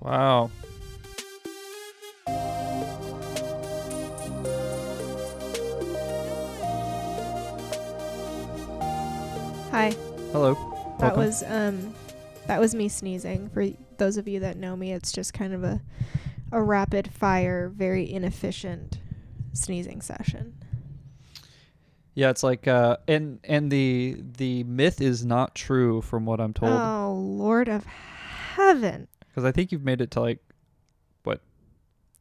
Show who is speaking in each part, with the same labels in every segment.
Speaker 1: Wow.
Speaker 2: Hi.
Speaker 1: Hello.
Speaker 2: That
Speaker 1: Welcome.
Speaker 2: was um that was me sneezing. For those of you that know me, it's just kind of a a rapid fire, very inefficient sneezing session.
Speaker 1: Yeah, it's like uh and and the the myth is not true from what I'm told
Speaker 2: Oh Lord of Heaven.
Speaker 1: cuz I think you've made it to like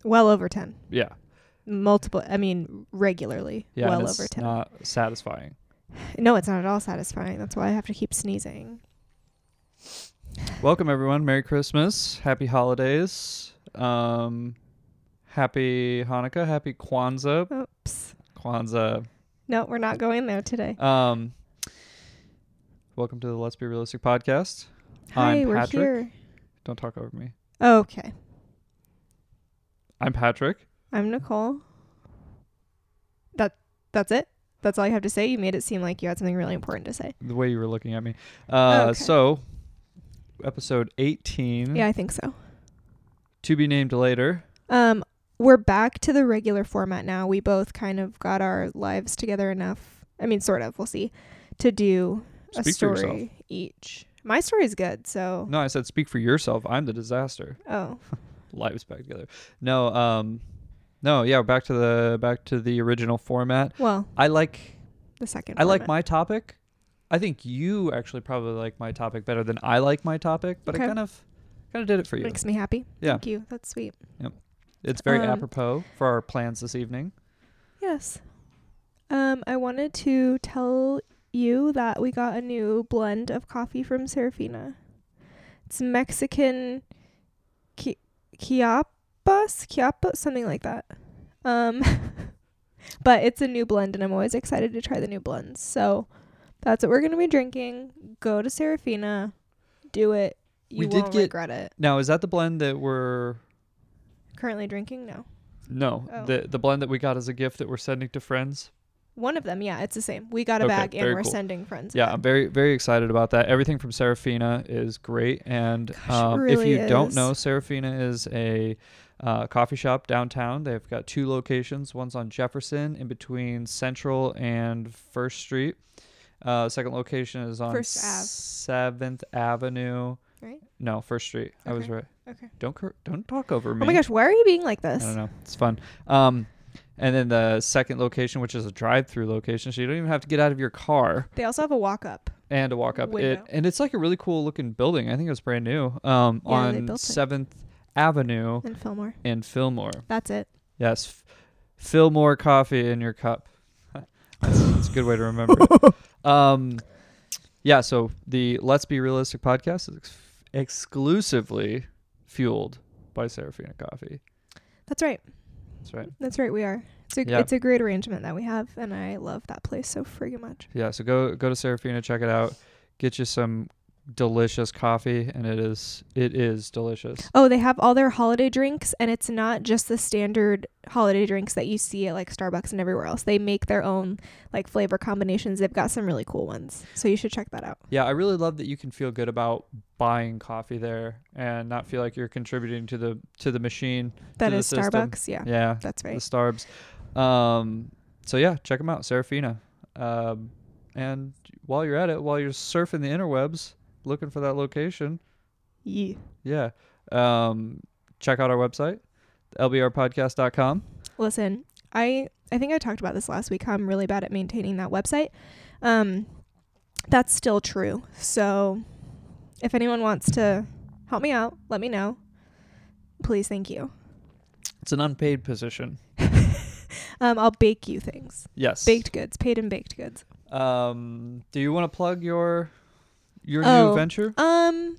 Speaker 2: Well over ten.
Speaker 1: yeah.
Speaker 2: Multiple I mean regularly.
Speaker 1: Yeah, and
Speaker 2: well
Speaker 1: it's
Speaker 2: over ten.
Speaker 1: not satisfying.
Speaker 2: No, it's not at all satisfying. That's why I have to keep sneezing.
Speaker 1: Welcome everyone. Merry Christmas. Happy holidays. Um happy Hanukkah, happy Kwanzaa.
Speaker 2: Oops.
Speaker 1: Kwanzaa.
Speaker 2: No, we're not going there today.
Speaker 1: Um Welcome to the Let's Be Realistic podcast.
Speaker 2: Hi,
Speaker 1: I'm
Speaker 2: we're
Speaker 1: Patrick.
Speaker 2: here.
Speaker 1: Don't talk over me.
Speaker 2: Okay.
Speaker 1: I'm Patrick.
Speaker 2: I'm Nicole. That that's it. That's all you have to say. You made it seem like you had something really important to say.
Speaker 1: The way you were looking at me. Uh
Speaker 2: Okay.
Speaker 1: so episode 18
Speaker 2: Yeah, I think so.
Speaker 1: to be named later.
Speaker 2: Um, we're back to the regular format now. We both kind of got our lives together enough. I mean, sort of. We'll see. To do a
Speaker 1: Speak for yourself.
Speaker 2: story each. My story's good, so
Speaker 1: No, I said speak for yourself. I'm the disaster.
Speaker 2: oh,
Speaker 1: Lives back together. No, um no, yeah, back to the back to the original format.
Speaker 2: well,
Speaker 1: I like
Speaker 2: the second.
Speaker 1: I like
Speaker 2: format.
Speaker 1: my topic. I think you actually probably like my topic better than I like my topic, but I
Speaker 2: Okay.
Speaker 1: kind of kind of did it for you.
Speaker 2: Makes me happy.
Speaker 1: Yeah.
Speaker 2: Thank you. That's sweet.
Speaker 1: It's very
Speaker 2: um,
Speaker 1: apropos for our plans this evening.
Speaker 2: Yes. Um, I wanted to tell you that we got a new blend of coffee from Serafina. It's Mexican qui- Chiapas, Chiapas, something like that. Um, but it's a new blend, and I'm always excited to try the new blends. So that's what we're gonna be drinking. Go to Serafina, do it. You
Speaker 1: We did
Speaker 2: won't
Speaker 1: get-
Speaker 2: regret it.
Speaker 1: Now, is that the blend that we're
Speaker 2: Currently drinking? No.
Speaker 1: No,
Speaker 2: Oh.
Speaker 1: the the blend that we got as a gift that we're sending to friends?
Speaker 2: One of them, yeah, it's the same. We got a
Speaker 1: Okay,
Speaker 2: bag and
Speaker 1: very
Speaker 2: we're
Speaker 1: cool.
Speaker 2: sending friends.
Speaker 1: Yeah, I'm very very excited about that. Everything from Serafina is great, and
Speaker 2: Gosh, it
Speaker 1: um, if
Speaker 2: really
Speaker 1: you don't
Speaker 2: is.
Speaker 1: know, Serafina is a uh, coffee shop downtown. They've got two locations. One's on Jefferson, in between Central and First Street. Uh, second location is on
Speaker 2: First Ave.
Speaker 1: Seventh Avenue.
Speaker 2: Right?
Speaker 1: No, First Street. I was
Speaker 2: Okay.
Speaker 1: right.
Speaker 2: Okay.
Speaker 1: Don't cor- don't talk over me.
Speaker 2: Oh my gosh, why are you being like this?
Speaker 1: I don't know. It's fun. Um, and then the second location, which is a drive-through location, so you don't even have to get out of your car
Speaker 2: They also have a walk up.
Speaker 1: and a walk up it
Speaker 2: Window.
Speaker 1: and it's like a really cool looking building i think it was brand new um
Speaker 2: Yeah, they
Speaker 1: on
Speaker 2: built it.
Speaker 1: 7th avenue
Speaker 2: And Fillmore.
Speaker 1: and fillmore
Speaker 2: That's it.
Speaker 1: yes f- fillmore coffee in your cup that's, that's a good way to remember it um yeah so the let's be realistic podcast is ex- exclusively fueled by serafina coffee
Speaker 2: That's right.
Speaker 1: that's right
Speaker 2: That's right. We are. It's a,
Speaker 1: Yeah.
Speaker 2: it's a great arrangement that we have, and I love that place so friggin' much.
Speaker 1: yeah so go go to serafina check it out get you some delicious coffee and it is it is delicious
Speaker 2: Oh, they have all their holiday drinks, and it's not just the standard holiday drinks that you see at like Starbucks and everywhere else. They make their own like flavor combinations. They've got some really cool ones, so you should check that out.
Speaker 1: Yeah, I really love that you can feel good about buying coffee there and not feel like you're contributing to the to the machine.
Speaker 2: That
Speaker 1: the
Speaker 2: is
Speaker 1: system.
Speaker 2: Starbucks. Yeah,
Speaker 1: Yeah,
Speaker 2: that's
Speaker 1: the
Speaker 2: right.
Speaker 1: Starbs. Um, so yeah, check them out, Serafina. Um, and while you're at it, while you're surfing the interwebs looking for that location,
Speaker 2: Yeah.
Speaker 1: yeah, um, check out our website, lbrpodcast.com.
Speaker 2: Listen, I I think I talked about this last week. How I'm really bad at maintaining that website. Um, that's still true. So, if anyone wants to help me out, let me know. Please, thank you.
Speaker 1: It's an unpaid position.
Speaker 2: Um, I'll bake you things,
Speaker 1: Yes.
Speaker 2: baked goods, paid and baked goods.
Speaker 1: Um, do you want to plug your your
Speaker 2: Oh.
Speaker 1: new venture?
Speaker 2: Um,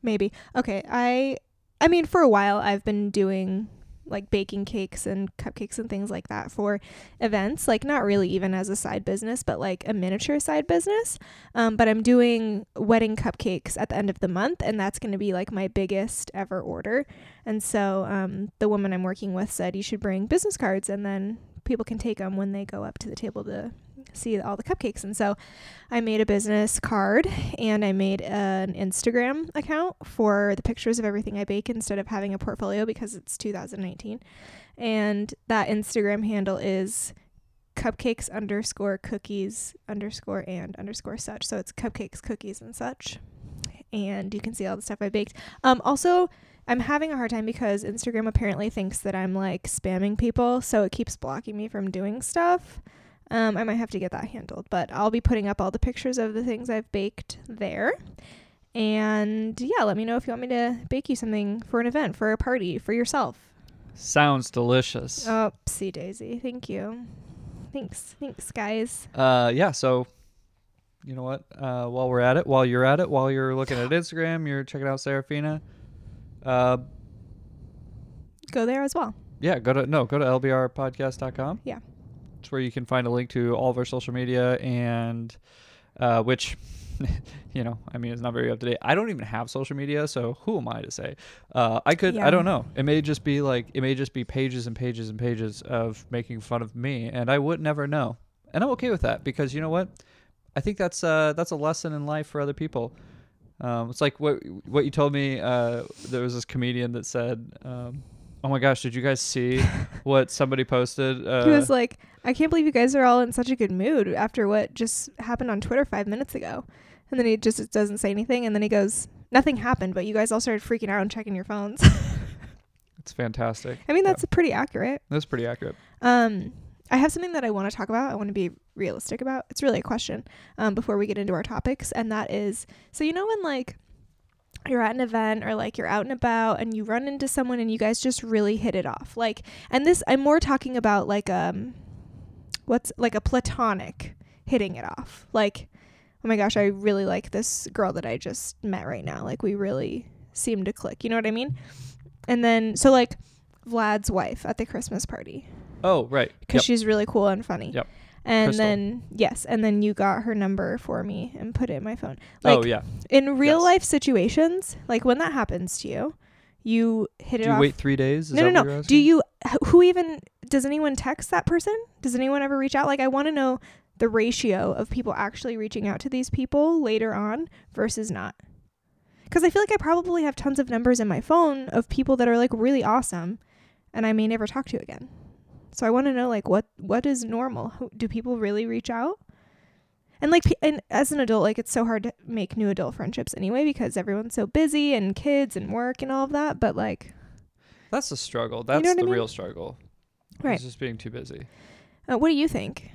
Speaker 2: maybe okay. I I mean, for a while, I've been doing like baking cakes and cupcakes and things like that for events like not really even as a side business but like a miniature side business um, but i'm doing wedding cupcakes at the end of the month and that's going to be like my biggest ever order and so um, the woman i'm working with said you should bring business cards and then people can take them when they go up to the table to see all the cupcakes. And so I made a business card and I made an Instagram account for the pictures of everything I bake instead of having a portfolio because it's 2019. And that Instagram handle is cupcakes underscore cookies underscore and underscore such. So it's cupcakes, cookies, and such. And you can see all the stuff I baked. Um, also, I'm having a hard time because Instagram apparently thinks that I'm like spamming people, so it keeps blocking me from doing stuff. Um, I might have to get that handled, but I'll be putting up all the pictures of the things I've baked there. And yeah, let me know if you want me to bake you something for an event, for a party, for yourself.
Speaker 1: Sounds delicious.
Speaker 2: Oh, see Daisy, thank you. Thanks, thanks, guys.
Speaker 1: Uh, yeah. So, you know what? Uh, while we're at it, while you're at it, while you're looking at Instagram, you're checking out Serafina. Uh,
Speaker 2: Go there as well.
Speaker 1: yeah. Go to no. Go to lbrpodcast.com.
Speaker 2: Yeah.
Speaker 1: It's where you can find a link to all of our social media and, uh, which, you know, I mean, it's not very up to date. I don't even have social media, so who am I to say? Uh, I could.
Speaker 2: Yeah.
Speaker 1: I don't know. It may just be like it may just be pages and pages and pages of making fun of me, and I would never know. And I'm okay with that because you know what? I think that's uh, that's a lesson in life for other people. Um, it's like what what you told me. Uh, there was this comedian that said, um, "Oh my gosh, did you guys see what somebody posted?" Uh,
Speaker 2: he was like, I can't believe you guys are all in such a good mood after what just happened on Twitter five minutes ago. And then he just doesn't say anything. And then he goes, Nothing happened, but you guys all started freaking out and checking your phones.
Speaker 1: "It's fantastic."
Speaker 2: I mean,
Speaker 1: Yeah.
Speaker 2: that's pretty accurate.
Speaker 1: That's pretty accurate.
Speaker 2: Um, I have something that I want to talk about. I want to be realistic about. It's really a question um, before we get into our topics, and that is so you know when like you're at an event or like you're out and about and you run into someone and you guys just really hit it off. Like, and this I'm more talking about like um, what's like a platonic hitting it off. Like, oh my gosh, I really like this girl that I just met right now. Like, we really seem to click. You know what I mean? And then so like. Vlad's wife at the Christmas party
Speaker 1: Oh right.
Speaker 2: because she's really cool and funny.
Speaker 1: Yep.
Speaker 2: And
Speaker 1: Crystal.
Speaker 2: then yes, and then you got her number for me and put it in my phone. Like
Speaker 1: oh yeah.
Speaker 2: in real
Speaker 1: Yes.
Speaker 2: life situations, like when that happens to you, you hit
Speaker 1: Do
Speaker 2: it
Speaker 1: you
Speaker 2: off.
Speaker 1: wait three days? Is
Speaker 2: no,
Speaker 1: that
Speaker 2: no,
Speaker 1: what
Speaker 2: no.
Speaker 1: you're
Speaker 2: Do
Speaker 1: asking?
Speaker 2: you? h- Who even? Does anyone text that person? Does anyone ever reach out? Like I want to know the ratio of people actually reaching out to these people later on versus not. Because I feel like I probably have tons of numbers in my phone of people that are like really awesome, and I may never talk to again. So I want to know like what what is normal? Who- Do people really reach out? And like, pe- and as an adult, like it's so hard to make new adult friendships anyway because everyone's so busy and kids and work and all of that. But like,
Speaker 1: That's the struggle. That's
Speaker 2: what I
Speaker 1: the
Speaker 2: mean?
Speaker 1: real struggle.
Speaker 2: Right.
Speaker 1: It's just being too busy.
Speaker 2: uh, what do you think?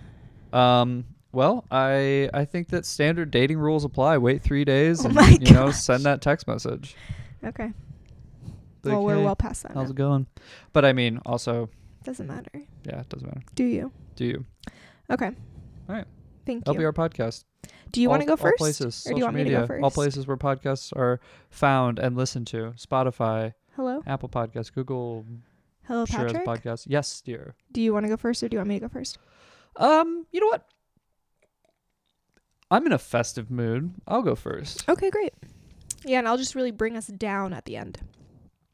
Speaker 1: Um. Well, I I think that standard dating rules apply. Wait three days,
Speaker 2: Oh
Speaker 1: and
Speaker 2: my
Speaker 1: you know,
Speaker 2: gosh.
Speaker 1: send that text message.
Speaker 2: Okay.
Speaker 1: Like,
Speaker 2: well, we're
Speaker 1: "Hey,
Speaker 2: well past that.
Speaker 1: how's
Speaker 2: Now.
Speaker 1: it going? But I mean, also,
Speaker 2: Doesn't matter.
Speaker 1: yeah, it doesn't matter.
Speaker 2: Do you?
Speaker 1: Do you?
Speaker 2: Okay.
Speaker 1: Alright.
Speaker 2: Thank
Speaker 1: That'll
Speaker 2: you.
Speaker 1: be our podcast.
Speaker 2: do you want to
Speaker 1: All-
Speaker 2: go first?
Speaker 1: All places,
Speaker 2: or do
Speaker 1: social
Speaker 2: you want me to
Speaker 1: media,
Speaker 2: go
Speaker 1: all
Speaker 2: first?
Speaker 1: places where podcasts are found and listened to: Spotify,
Speaker 2: Hello,
Speaker 1: Apple Podcasts, Google.
Speaker 2: hello,
Speaker 1: sure has
Speaker 2: Patrick.
Speaker 1: podcasts. Yes, dear.
Speaker 2: do you want to go first, or do you want me to go first?
Speaker 1: Um, you know what? I'm in a festive mood. I'll go first.
Speaker 2: Okay, great. Yeah, and I'll just really bring us down at the end.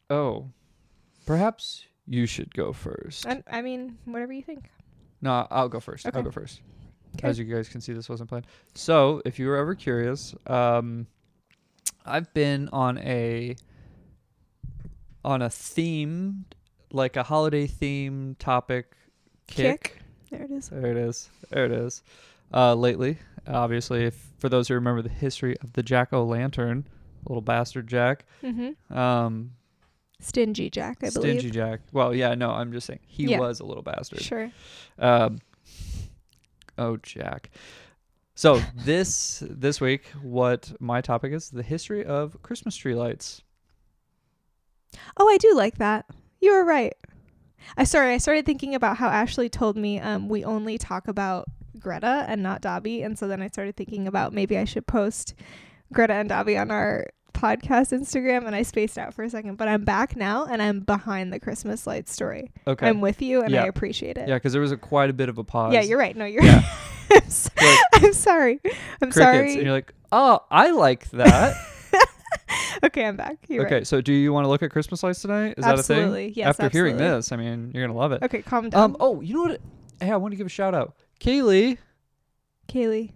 Speaker 1: Oh, perhaps you should go first.
Speaker 2: I, I mean, whatever you think.
Speaker 1: No, I'll go first. I'll
Speaker 2: Okay.
Speaker 1: go first.
Speaker 2: 'Kay.
Speaker 1: As you guys can see, this wasn't planned. So, if you were ever curious, um, I've been on a on a themed, like a holiday themed topic kick.
Speaker 2: Kick. There it is.
Speaker 1: There it is. There it is. Uh, lately, obviously, if, for those who remember the history of the Jack O' Lantern, little bastard Jack,
Speaker 2: Mm-hmm.
Speaker 1: um,
Speaker 2: Stingy Jack, I
Speaker 1: stingy
Speaker 2: believe.
Speaker 1: Jack. Well, yeah, no, I'm just saying he
Speaker 2: Yeah.
Speaker 1: was a little bastard.
Speaker 2: Sure.
Speaker 1: Um, oh, Jack. So this this week, what my topic is the history of Christmas tree lights.
Speaker 2: Oh, I do like that. You were right. I sorry, I started thinking about how Ashley told me um, we only talk about Greta and not Dobby, and so then I started thinking about maybe I should post Greta and Dobby on our podcast Instagram, and I spaced out for a second, but I'm back now, and I'm behind the Christmas light story.
Speaker 1: Okay.
Speaker 2: I'm with you, and
Speaker 1: Yeah.
Speaker 2: I appreciate it.
Speaker 1: yeah, because there was a quite a bit of a pause.
Speaker 2: Yeah, you're right. No, you're.
Speaker 1: Yeah.
Speaker 2: I'm, so-
Speaker 1: You're like,
Speaker 2: I'm sorry. I'm
Speaker 1: crickets, and
Speaker 2: sorry.
Speaker 1: you're like, oh, I like that.
Speaker 2: Okay, I'm back. You're
Speaker 1: okay,
Speaker 2: Right.
Speaker 1: so do you want to look at Christmas lights tonight? Is that a thing?
Speaker 2: absolutely. Yes.
Speaker 1: After hearing
Speaker 2: absolutely.
Speaker 1: this, Um, I mean, you're gonna love it.
Speaker 2: Okay, calm down.
Speaker 1: Um. Oh, you know what? Hey, I want to give a shout out, Kaylee.
Speaker 2: Kaylee.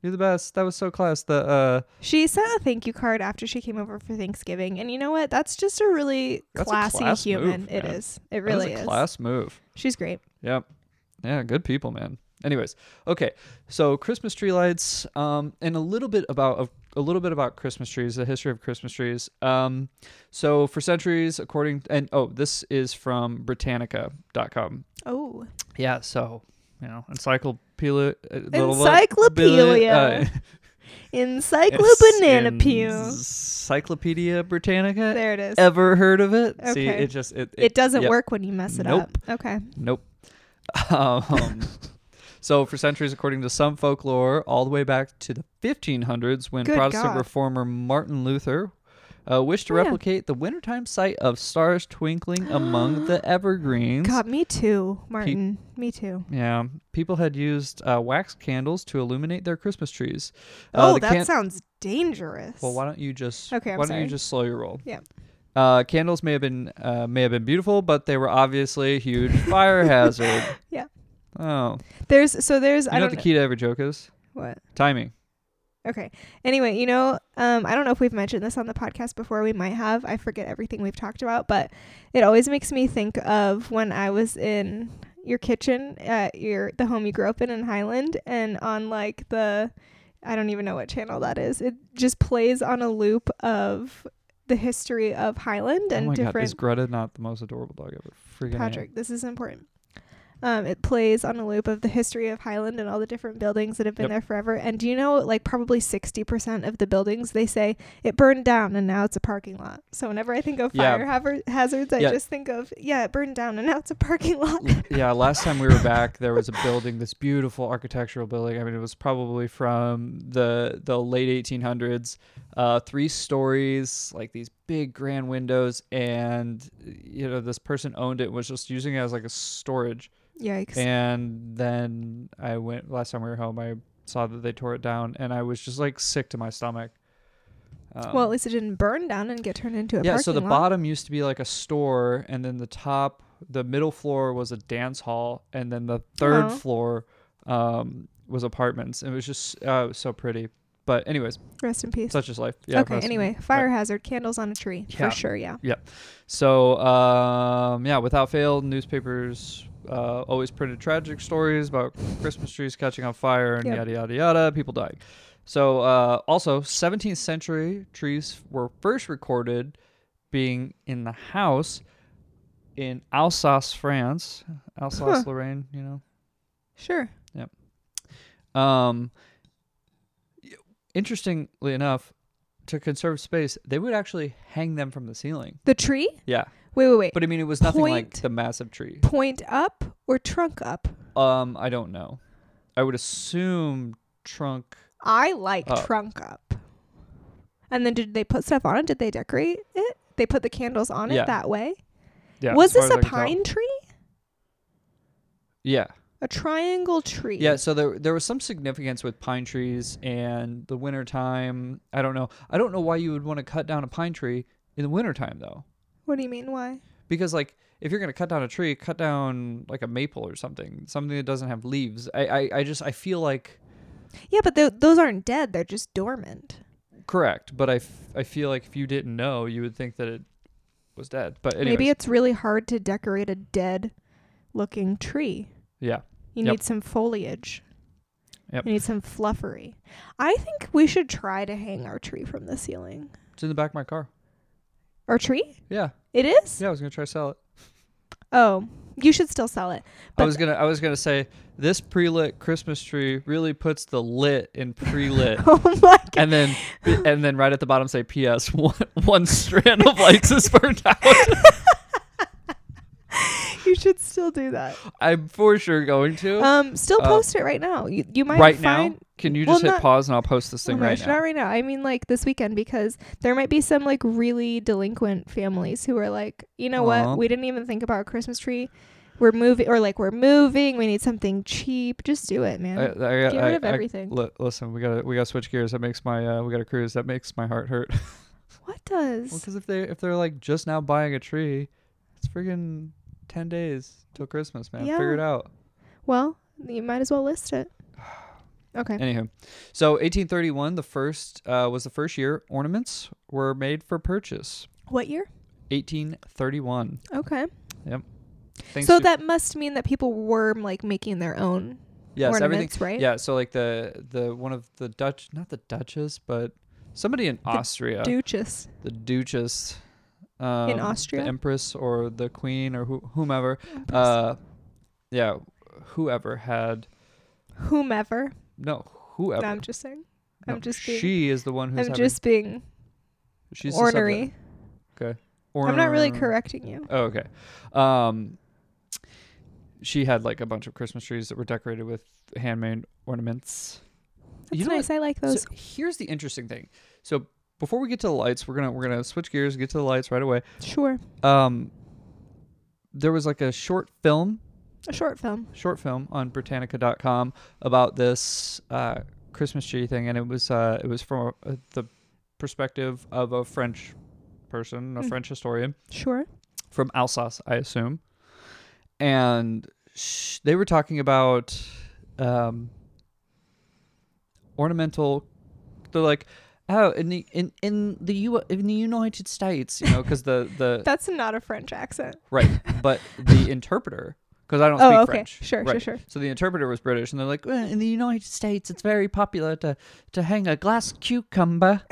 Speaker 1: You're the best. That was so close. The uh,
Speaker 2: She sent a thank you card after she came over for Thanksgiving. And you know what? That's just a really
Speaker 1: That's a
Speaker 2: classy
Speaker 1: class
Speaker 2: human.
Speaker 1: move,
Speaker 2: it
Speaker 1: man.
Speaker 2: is. It
Speaker 1: that was
Speaker 2: really
Speaker 1: a
Speaker 2: is.
Speaker 1: class move.
Speaker 2: She's great.
Speaker 1: Yep. Yeah, good people, man. Anyways, okay. So Christmas tree lights, um, and a little bit about of a little bit about Christmas trees, the history of Christmas trees. Um, so for centuries, according and oh, this is from Britannica.com.
Speaker 2: Oh.
Speaker 1: Yeah, so you know, encyclopedia, uh, little-
Speaker 2: Encyclopedia.
Speaker 1: uh,
Speaker 2: Encyclobanana pew.
Speaker 1: Encyclopedia Britannica.
Speaker 2: There it is.
Speaker 1: Ever heard of it? See,
Speaker 2: Okay.
Speaker 1: it just it
Speaker 2: it doesn't
Speaker 1: yep.
Speaker 2: work when you mess it
Speaker 1: Nope.
Speaker 2: up. Okay.
Speaker 1: Nope. Um, so, for centuries, according to some folklore, all the way back to the 1500s, when
Speaker 2: Good
Speaker 1: Protestant
Speaker 2: God.
Speaker 1: reformer Martin Luther uh, wished to
Speaker 2: Oh, yeah.
Speaker 1: replicate the wintertime sight of stars twinkling among the evergreens.
Speaker 2: God, me too, Martin. me too.
Speaker 1: Yeah, people had used uh, wax candles to illuminate their Christmas trees. Uh,
Speaker 2: Oh,
Speaker 1: the
Speaker 2: that
Speaker 1: can-
Speaker 2: sounds dangerous.
Speaker 1: well, why don't you just
Speaker 2: Okay, I'm
Speaker 1: why don't
Speaker 2: sorry.
Speaker 1: you just slow your roll?
Speaker 2: Yeah.
Speaker 1: Uh, candles may have been uh, may have been beautiful, but they were obviously a huge fire hazard.
Speaker 2: Yeah.
Speaker 1: Oh,
Speaker 2: There's so there's
Speaker 1: you
Speaker 2: I
Speaker 1: know
Speaker 2: don't
Speaker 1: what the key to every joke is?
Speaker 2: what.
Speaker 1: Timing.
Speaker 2: Okay. Anyway, you know, um, I don't know if we've mentioned this on the podcast before. We might have. I forget everything we've talked about, but it always makes me think of when I was in your kitchen at your the home you grew up in in Highland, and on like the I don't even know what channel that is. It just plays on a loop of the history of Highland and
Speaker 1: oh my god,
Speaker 2: different.
Speaker 1: is Greta not the most adorable dog ever? Freaking am.
Speaker 2: Patrick, this is important. Um, it plays on a loop of the history of Highland and all the different buildings that have been
Speaker 1: Yep.
Speaker 2: there forever. And do you know, like, probably 60% of the buildings they say it burned down and now it's a parking lot. So whenever I think of
Speaker 1: Yeah.
Speaker 2: fire haver- hazards, I
Speaker 1: Yeah.
Speaker 2: just think of, yeah, it burned down and now it's a parking lot.
Speaker 1: L- yeah, last time we were back, there was a building, this beautiful architectural building. I mean, it was probably from the the late 1800s, uh, three stories, like these big grand windows, and you know this person owned it and was just using it as like a storage.
Speaker 2: Yikes.
Speaker 1: And then I went last time we were home. I saw that they tore it down, and I was just like sick to my stomach. Um,
Speaker 2: well, at least it didn't burn down and get turned into a
Speaker 1: yeah
Speaker 2: parking
Speaker 1: so the
Speaker 2: lot.
Speaker 1: bottom used to be like a store and then the top the middle floor was a dance hall and then the third
Speaker 2: Oh.
Speaker 1: floor um, was apartments it was just uh, it was so pretty but anyways
Speaker 2: Rest in peace.
Speaker 1: such is life yeah
Speaker 2: okay,
Speaker 1: that's-
Speaker 2: anyway, fire hazard, candles on a tree.
Speaker 1: Yeah.
Speaker 2: For sure, yeah.
Speaker 1: so um, yeah without fail newspapers uh, always printed tragic stories about christmas trees catching on fire and
Speaker 2: Yep.
Speaker 1: yada yada yada people dying so uh, also 17th century trees were first recorded being in the house in Alsace, France, Alsace Lorraine, you know.
Speaker 2: Sure.
Speaker 1: Um, y- interestingly enough, to conserve space, they would actually hang them from the ceiling.
Speaker 2: The tree?
Speaker 1: Yeah,
Speaker 2: Wait, wait, wait.
Speaker 1: but I mean, it was nothing like
Speaker 2: Point.
Speaker 1: the massive tree.
Speaker 2: Point up or trunk up?
Speaker 1: Um, I don't know. I would assume trunk.
Speaker 2: I like
Speaker 1: Oh.
Speaker 2: trunk up. And then did they put stuff on it? Did they decorate it? They put the candles on
Speaker 1: Yeah.
Speaker 2: it that way.
Speaker 1: Yeah.
Speaker 2: was
Speaker 1: as far as
Speaker 2: this a
Speaker 1: I can tell.
Speaker 2: pine tree?
Speaker 1: Yeah.
Speaker 2: A triangle tree.
Speaker 1: Yeah, so there there was some significance with pine trees and the wintertime. I don't know. I don't know why you would want to cut down a pine tree in the wintertime though.
Speaker 2: What do you mean? Why?
Speaker 1: Because like if you're gonna cut down a tree, cut down like a maple or something. Something that doesn't have leaves. I I, I just I feel like
Speaker 2: Yeah, but tho- those aren't dead. They're just dormant.
Speaker 1: correct, but I, f- I feel like if you didn't know, you would think that it was dead. But anyways,
Speaker 2: Maybe it's really hard to decorate a dead looking tree.
Speaker 1: yeah.
Speaker 2: You
Speaker 1: Yep.
Speaker 2: need some foliage.
Speaker 1: Yep.
Speaker 2: You need some fluffery. I think we should try to hang our tree from the ceiling.
Speaker 1: It's in the back of my car.
Speaker 2: Our tree?
Speaker 1: Yeah.
Speaker 2: It is?
Speaker 1: Yeah, I was gonna try to sell it.
Speaker 2: Oh, you should still sell it.
Speaker 1: I
Speaker 2: But-
Speaker 1: was gonna I was gonna say this pre lit Christmas tree really puts the lit in pre lit.
Speaker 2: Oh my god.
Speaker 1: and then and then right at the bottom say ps one, one strand of lights is burned out
Speaker 2: you should still do that.
Speaker 1: i'm for sure going to
Speaker 2: Um, still
Speaker 1: Uh,
Speaker 2: post it right now. You you might
Speaker 1: right now
Speaker 2: find
Speaker 1: can you
Speaker 2: well,
Speaker 1: just hit
Speaker 2: not-
Speaker 1: pause and i'll post this
Speaker 2: Oh
Speaker 1: thing
Speaker 2: my
Speaker 1: right
Speaker 2: gosh,
Speaker 1: now
Speaker 2: not right now. I mean, like this weekend because there might be some like really delinquent families who are like, you know
Speaker 1: Aw.
Speaker 2: what? We didn't even think about a Christmas tree. We're moving, or like we're moving. We need something cheap. Just do it, man.
Speaker 1: I, I,
Speaker 2: Get
Speaker 1: I-
Speaker 2: rid of
Speaker 1: I-
Speaker 2: everything.
Speaker 1: li- listen we gotta we gotta switch gears that makes my uh, we gotta cruise that makes my heart hurt
Speaker 2: what does?
Speaker 1: because if they if they're like just now buying a tree it's freaking 10 days till christmas man figure
Speaker 2: Yeah.
Speaker 1: it out
Speaker 2: well, you might as well list it. Okay.
Speaker 1: Anywho, so 1831, the first uh, was the first year ornaments were made for purchase.
Speaker 2: What year?
Speaker 1: 1831.
Speaker 2: Okay.
Speaker 1: Thanks
Speaker 2: so
Speaker 1: to-
Speaker 2: that must mean that people were like making their own
Speaker 1: yes, everything.
Speaker 2: ornaments, right?
Speaker 1: Yeah, so like the the one of the Dutch, not the Duchess, but somebody in Austria,
Speaker 2: Duchess.
Speaker 1: the Duchess um,
Speaker 2: Austria?
Speaker 1: the Empress or the Queen or who, whomever. Uh, yeah, whoever had
Speaker 2: Whomever.
Speaker 1: no whoever.
Speaker 2: No, I'm just saying.
Speaker 1: No,
Speaker 2: I'm just being.
Speaker 1: she is the one who's
Speaker 2: I'm
Speaker 1: having,
Speaker 2: just being
Speaker 1: she's the subject.
Speaker 2: ornery. I'm not really correcting you.
Speaker 1: Oh, okay. Um, she had like a bunch of Christmas trees that were decorated with handmade ornaments.
Speaker 2: That's
Speaker 1: You know
Speaker 2: nice. I like
Speaker 1: So
Speaker 2: those.
Speaker 1: here's the interesting thing. So before we get to the lights, we're gonna we're gonna switch gears, get to the lights right away.
Speaker 2: sure.
Speaker 1: Um, there was like a short film,
Speaker 2: A short film.
Speaker 1: short film on Britannica.com about this uh, Christmas tree thing, and it was uh, it was from uh, the perspective of a French person, a
Speaker 2: Mm.
Speaker 1: French historian
Speaker 2: Sure.
Speaker 1: Uh, from Alsace, I assume. And sh- they were talking about um, ornamental. They're like, oh, in the in in the U in the United States, you know, because the the
Speaker 2: That's not a French accent.
Speaker 1: right, but the interpreter, because I don't speak
Speaker 2: Oh, okay.
Speaker 1: French.
Speaker 2: Sure,
Speaker 1: Right.
Speaker 2: sure, sure.
Speaker 1: So the interpreter was British, and they're like, well, in the United States, it's very popular to to hang a glass cucumber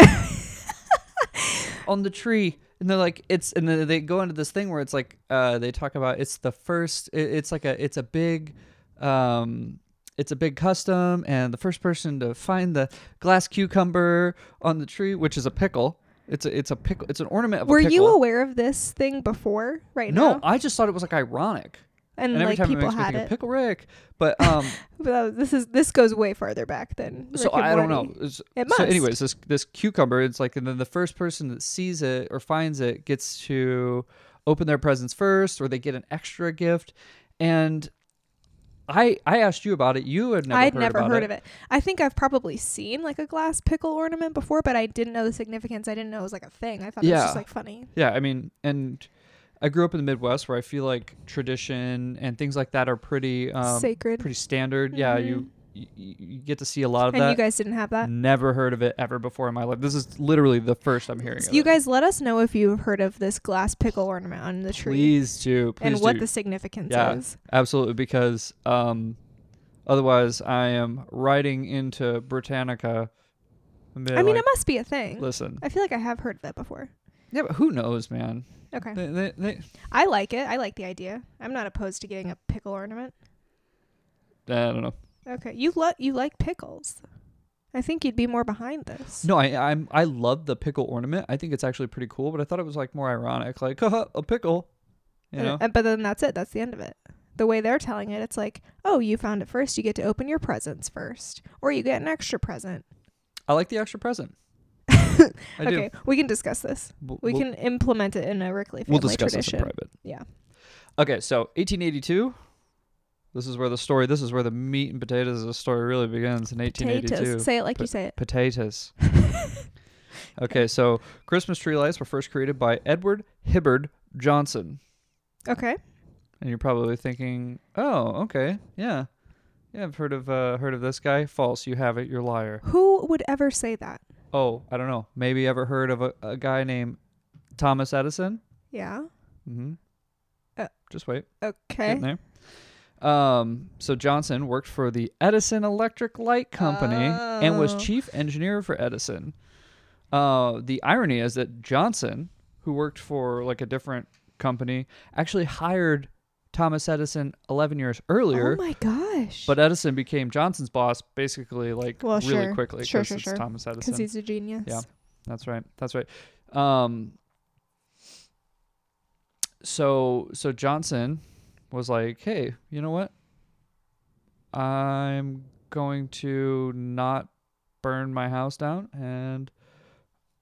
Speaker 1: on the tree. And they're like, it's and then they go into this thing where it's like, uh, they talk about it's the first. It, it's like a it's a big, um, it's a big custom, and the first person to find the glass cucumber on the tree, which is a pickle. It's a it's a pickle. It's an ornament of
Speaker 2: Were
Speaker 1: a pickle.
Speaker 2: you aware of this thing before right
Speaker 1: no,
Speaker 2: now?
Speaker 1: I just thought it was like ironic,
Speaker 2: And,
Speaker 1: and, every
Speaker 2: Mm, like
Speaker 1: time
Speaker 2: people
Speaker 1: it makes me
Speaker 2: had
Speaker 1: think of
Speaker 2: it.
Speaker 1: pickle Rick. But um,
Speaker 2: But this is this goes way farther back than.
Speaker 1: so
Speaker 2: Rick and
Speaker 1: I don't
Speaker 2: Morty.
Speaker 1: know. It's-
Speaker 2: It
Speaker 1: So,
Speaker 2: must.
Speaker 1: anyways, this this cucumber, it's like, and then the first person that sees it or finds it gets to open their presents first, or they get an extra gift. And I I asked you about it. You had never
Speaker 2: I'd
Speaker 1: heard
Speaker 2: never
Speaker 1: about
Speaker 2: heard of it. I think I've probably seen like a glass pickle ornament before, but I didn't know the significance. I didn't know it was like a thing. I thought it was just
Speaker 1: Yeah.
Speaker 2: like funny.
Speaker 1: Yeah, I mean, and I grew up in the Midwest where I feel like tradition and things like that are pretty um,
Speaker 2: Sacred. Mm-hmm.
Speaker 1: pretty standard. Yeah, you, you you get to see a lot of
Speaker 2: and
Speaker 1: that.
Speaker 2: you guys didn't have that.
Speaker 1: never heard of it ever before in my life. This is literally the first I'm hearing.
Speaker 2: So
Speaker 1: of
Speaker 2: you
Speaker 1: it.
Speaker 2: guys let us know if you've heard of this glass pickle ornament on the tree
Speaker 1: please do please
Speaker 2: and what
Speaker 1: do.
Speaker 2: the significance
Speaker 1: Yeah.
Speaker 2: is.
Speaker 1: Absolutely, because um, otherwise I am writing into Britannica. and be
Speaker 2: I mean,
Speaker 1: like,
Speaker 2: it must be a thing.
Speaker 1: listen.
Speaker 2: I feel like I have heard of that before.
Speaker 1: Yeah, but who knows, man?
Speaker 2: Okay.
Speaker 1: They, they, they,
Speaker 2: I like it. I like the idea. I'm not opposed to getting a pickle ornament.
Speaker 1: I don't know.
Speaker 2: Okay. You lo- you like pickles. I think you'd be more behind this.
Speaker 1: No, I I'm I love the pickle ornament. I think it's actually pretty cool, but I thought it was like more ironic, like haha, a pickle. You
Speaker 2: And-
Speaker 1: know?
Speaker 2: uh, but then that's it. That's the end of it. The way they're telling it, it's like, oh, you found it first. You get to open your presents first, or you get an extra present.
Speaker 1: I like the extra present. I do.
Speaker 2: okay, we can discuss this.
Speaker 1: We'll-
Speaker 2: We
Speaker 1: we'll-
Speaker 2: can implement it in a Rickley family
Speaker 1: we'll discuss this in
Speaker 2: tradition.
Speaker 1: private.
Speaker 2: Yeah.
Speaker 1: Okay, so 1882. This is where the story. This is where the meat and potatoes of the story really begins in 1882.
Speaker 2: Potatoes. Say it like you say it.
Speaker 1: potatoes. okay, so Christmas tree lights were first created by Edward Hibbard Johnson.
Speaker 2: Okay.
Speaker 1: And you're probably thinking, "Oh, okay. Yeah. Yeah, I've heard of uh, heard of this guy. False, you have it. You're a liar."
Speaker 2: Who would ever say that?
Speaker 1: Oh, I don't know. Maybe you ever heard of a, a guy named Thomas Edison?
Speaker 2: Yeah.
Speaker 1: Mhm.
Speaker 2: Uh,
Speaker 1: Just wait.
Speaker 2: Okay.
Speaker 1: Getting there. Um, so Johnson worked for the Edison Electric Light Company and was
Speaker 2: Oh.
Speaker 1: chief engineer for Edison. Uh, the irony is that Johnson, who worked for like a different company, actually hired Thomas Edison 11 years earlier.
Speaker 2: Oh my gosh.
Speaker 1: but Edison became Johnson's boss basically like
Speaker 2: Well,
Speaker 1: really
Speaker 2: sure.
Speaker 1: quickly
Speaker 2: Sure,
Speaker 1: because
Speaker 2: sure,
Speaker 1: it's
Speaker 2: sure.
Speaker 1: Thomas Edison.
Speaker 2: because he's a genius.
Speaker 1: Yeah. That's right. That's right. Um, so so Johnson was like, "Hey, you know what? I'm going to not burn my house down, and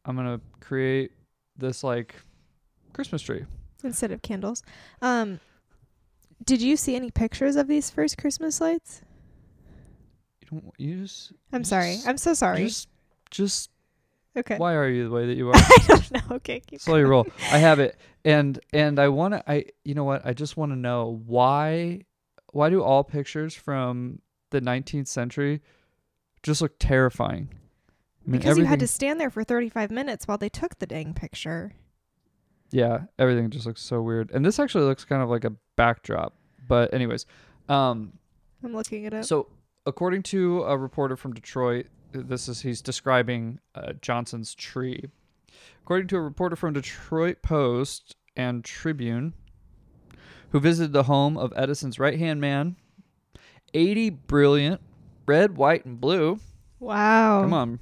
Speaker 1: I'm gonna create this like Christmas tree."
Speaker 2: Instead of candles. Um, did you see any pictures of these first Christmas lights?
Speaker 1: You don't you just
Speaker 2: I'm sorry.
Speaker 1: Just-
Speaker 2: I'm so sorry.
Speaker 1: just just
Speaker 2: okay.
Speaker 1: why are you the way that you are?
Speaker 2: I don't know. Okay. keep
Speaker 1: Slow your roll. I have it, and and I want to. I you know what? I just want to know why why do all pictures from the 19th century just looked terrifying. I mean,
Speaker 2: because you had
Speaker 1: everything-
Speaker 2: to stand there for 35 minutes while they took the dang picture.
Speaker 1: yeah, everything just looks so weird. And this actually looks kind of like a backdrop. But anyways, um,
Speaker 2: I'm looking it up.
Speaker 1: So, according to a reporter from Detroit, this is he's describing uh, Johnson's tree. According to a reporter from Detroit Post and Tribune, who visited the home of Edison's right-hand man, 80 brilliant red, white, and blue.
Speaker 2: wow.
Speaker 1: Come on.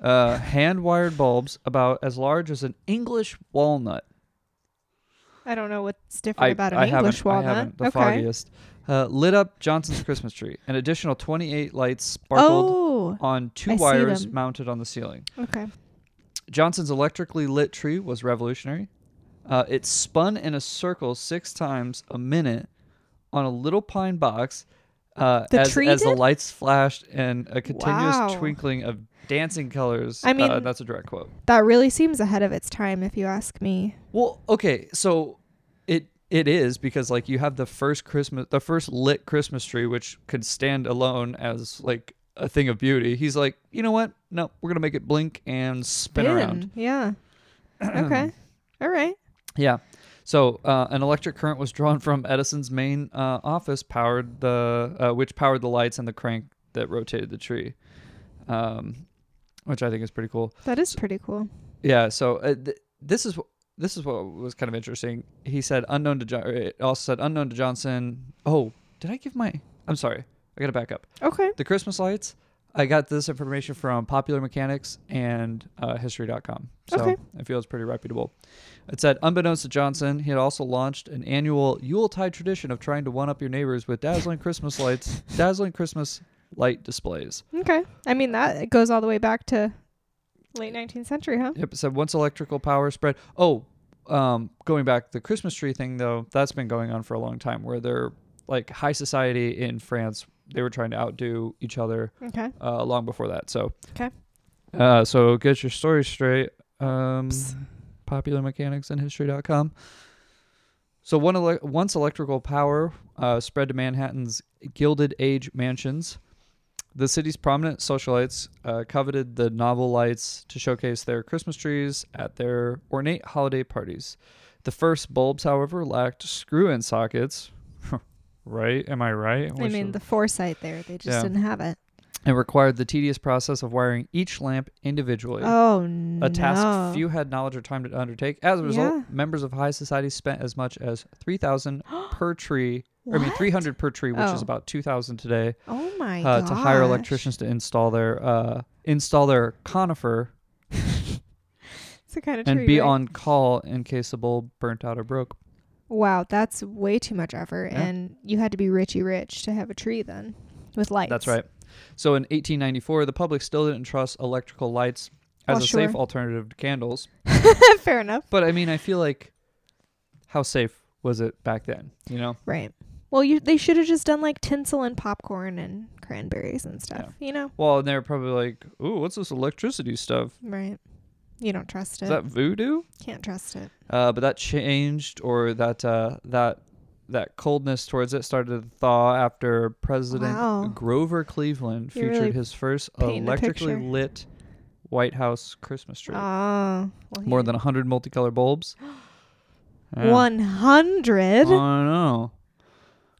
Speaker 1: Uh, hand-wired bulbs about as large as an English walnut.
Speaker 2: I don't know what's different
Speaker 1: I,
Speaker 2: about an
Speaker 1: I haven't,
Speaker 2: English
Speaker 1: I
Speaker 2: walnut.
Speaker 1: haven't the
Speaker 2: okay.
Speaker 1: foggiest. Uh, lit up Johnson's Christmas tree. An additional 28 lights sparkled
Speaker 2: Oh,
Speaker 1: on two
Speaker 2: I see
Speaker 1: wires
Speaker 2: them.
Speaker 1: mounted on the ceiling.
Speaker 2: okay.
Speaker 1: Johnson's electrically lit tree was revolutionary. Uh, it spun in a circle six times a minute on a little pine box uh,
Speaker 2: The
Speaker 1: as,
Speaker 2: tree
Speaker 1: as the
Speaker 2: did?
Speaker 1: lights flashed and a continuous
Speaker 2: Wow.
Speaker 1: twinkling of dancing colors.
Speaker 2: I
Speaker 1: uh,
Speaker 2: mean-
Speaker 1: that's a direct quote.
Speaker 2: That really seems ahead of its time, if you ask me.
Speaker 1: Well, okay, so it it is because like you have the first Christmas, the first lit Christmas tree, which could stand alone as like a thing of beauty. He's like, you know what? No, we're gonna make it blink and spin around.
Speaker 2: Bin, Yeah. okay. All right.
Speaker 1: Yeah. So uh, an electric current was drawn from Edison's main uh, office, powered the uh, which powered the lights and the crank that rotated the tree, um, which I think is pretty cool.
Speaker 2: That is pretty cool.
Speaker 1: Yeah. So uh, th- this is wh- this is what was kind of interesting. He said unknown to John. It also said unknown to Johnson. Oh, did I give my? I'm sorry. I gotta back up.
Speaker 2: Okay.
Speaker 1: The Christmas lights. I got this information from Popular Mechanics and uh, History.com. So
Speaker 2: Okay.
Speaker 1: I feel it's pretty reputable. It said, unbeknownst to Johnson, he had also launched an annual Yuletide tradition of trying to one up your neighbors with dazzling Christmas lights, dazzling Christmas light displays.
Speaker 2: Okay. I mean, that goes all the way back to late 19th century, huh?
Speaker 1: Yep, it said once electrical power spread. Oh, um, going back the Christmas tree thing though, that's been going on for a long time. Where they're like high society in France, they were trying to outdo each other
Speaker 2: Okay.
Speaker 1: uh, long before that. So
Speaker 2: 'Kay.
Speaker 1: Uh, so get your story straight. Um,
Speaker 2: Psst.
Speaker 1: popular mechanics and history.com. So one ele- once electrical power uh, spread to Manhattan's Gilded Age mansions, the city's prominent socialites uh, coveted the novel lights to showcase their Christmas trees at their ornate holiday parties. The first bulbs, however, lacked screw-in sockets. right? Am I right?
Speaker 2: I
Speaker 1: Which
Speaker 2: mean,
Speaker 1: is-
Speaker 2: the foresight there, they just
Speaker 1: Yeah.
Speaker 2: didn't have it.
Speaker 1: and required the tedious process of wiring each lamp individually.
Speaker 2: Oh, no.
Speaker 1: a task few had knowledge or time to undertake. As a result,
Speaker 2: Yeah.
Speaker 1: members of high society spent as much as 3,000 per tree, or I mean
Speaker 2: What?
Speaker 1: 300 per tree, which is
Speaker 2: Oh.
Speaker 1: about 2,000 today,
Speaker 2: Oh, my
Speaker 1: uh,
Speaker 2: God.
Speaker 1: to hire electricians to install their uh, install their conifer
Speaker 2: It's the kind of
Speaker 1: and
Speaker 2: tree,
Speaker 1: be
Speaker 2: right?
Speaker 1: on call in case the bulb burnt out or broke.
Speaker 2: Wow, that's way too much effort.
Speaker 1: Yeah.
Speaker 2: And you had to be richy rich to have a tree then with lights.
Speaker 1: That's right. So in 1894, the public still didn't trust electrical lights as
Speaker 2: Well,
Speaker 1: a safe
Speaker 2: sure.
Speaker 1: alternative to candles.
Speaker 2: Fair enough.
Speaker 1: But I mean, I feel like how safe was it back then? You know,
Speaker 2: Right. Well, you they should have just done like tinsel and popcorn and cranberries and stuff, you know?
Speaker 1: well, and they were probably like, "Ooh, what's this electricity stuff?
Speaker 2: Right. You don't trust it.
Speaker 1: Is that voodoo?"
Speaker 2: Can't trust it.
Speaker 1: Uh, but that changed, or that uh, that that coldness towards it started to thaw after President
Speaker 2: Wow.
Speaker 1: Grover Cleveland
Speaker 2: You're
Speaker 1: featured
Speaker 2: really
Speaker 1: his first
Speaker 2: painting a
Speaker 1: electrically
Speaker 2: picture.
Speaker 1: lit White House Christmas tree.
Speaker 2: Oh. Well,
Speaker 1: More than 100 multicolor bulbs. Yeah. Uh-huh.
Speaker 2: 100.
Speaker 1: I know.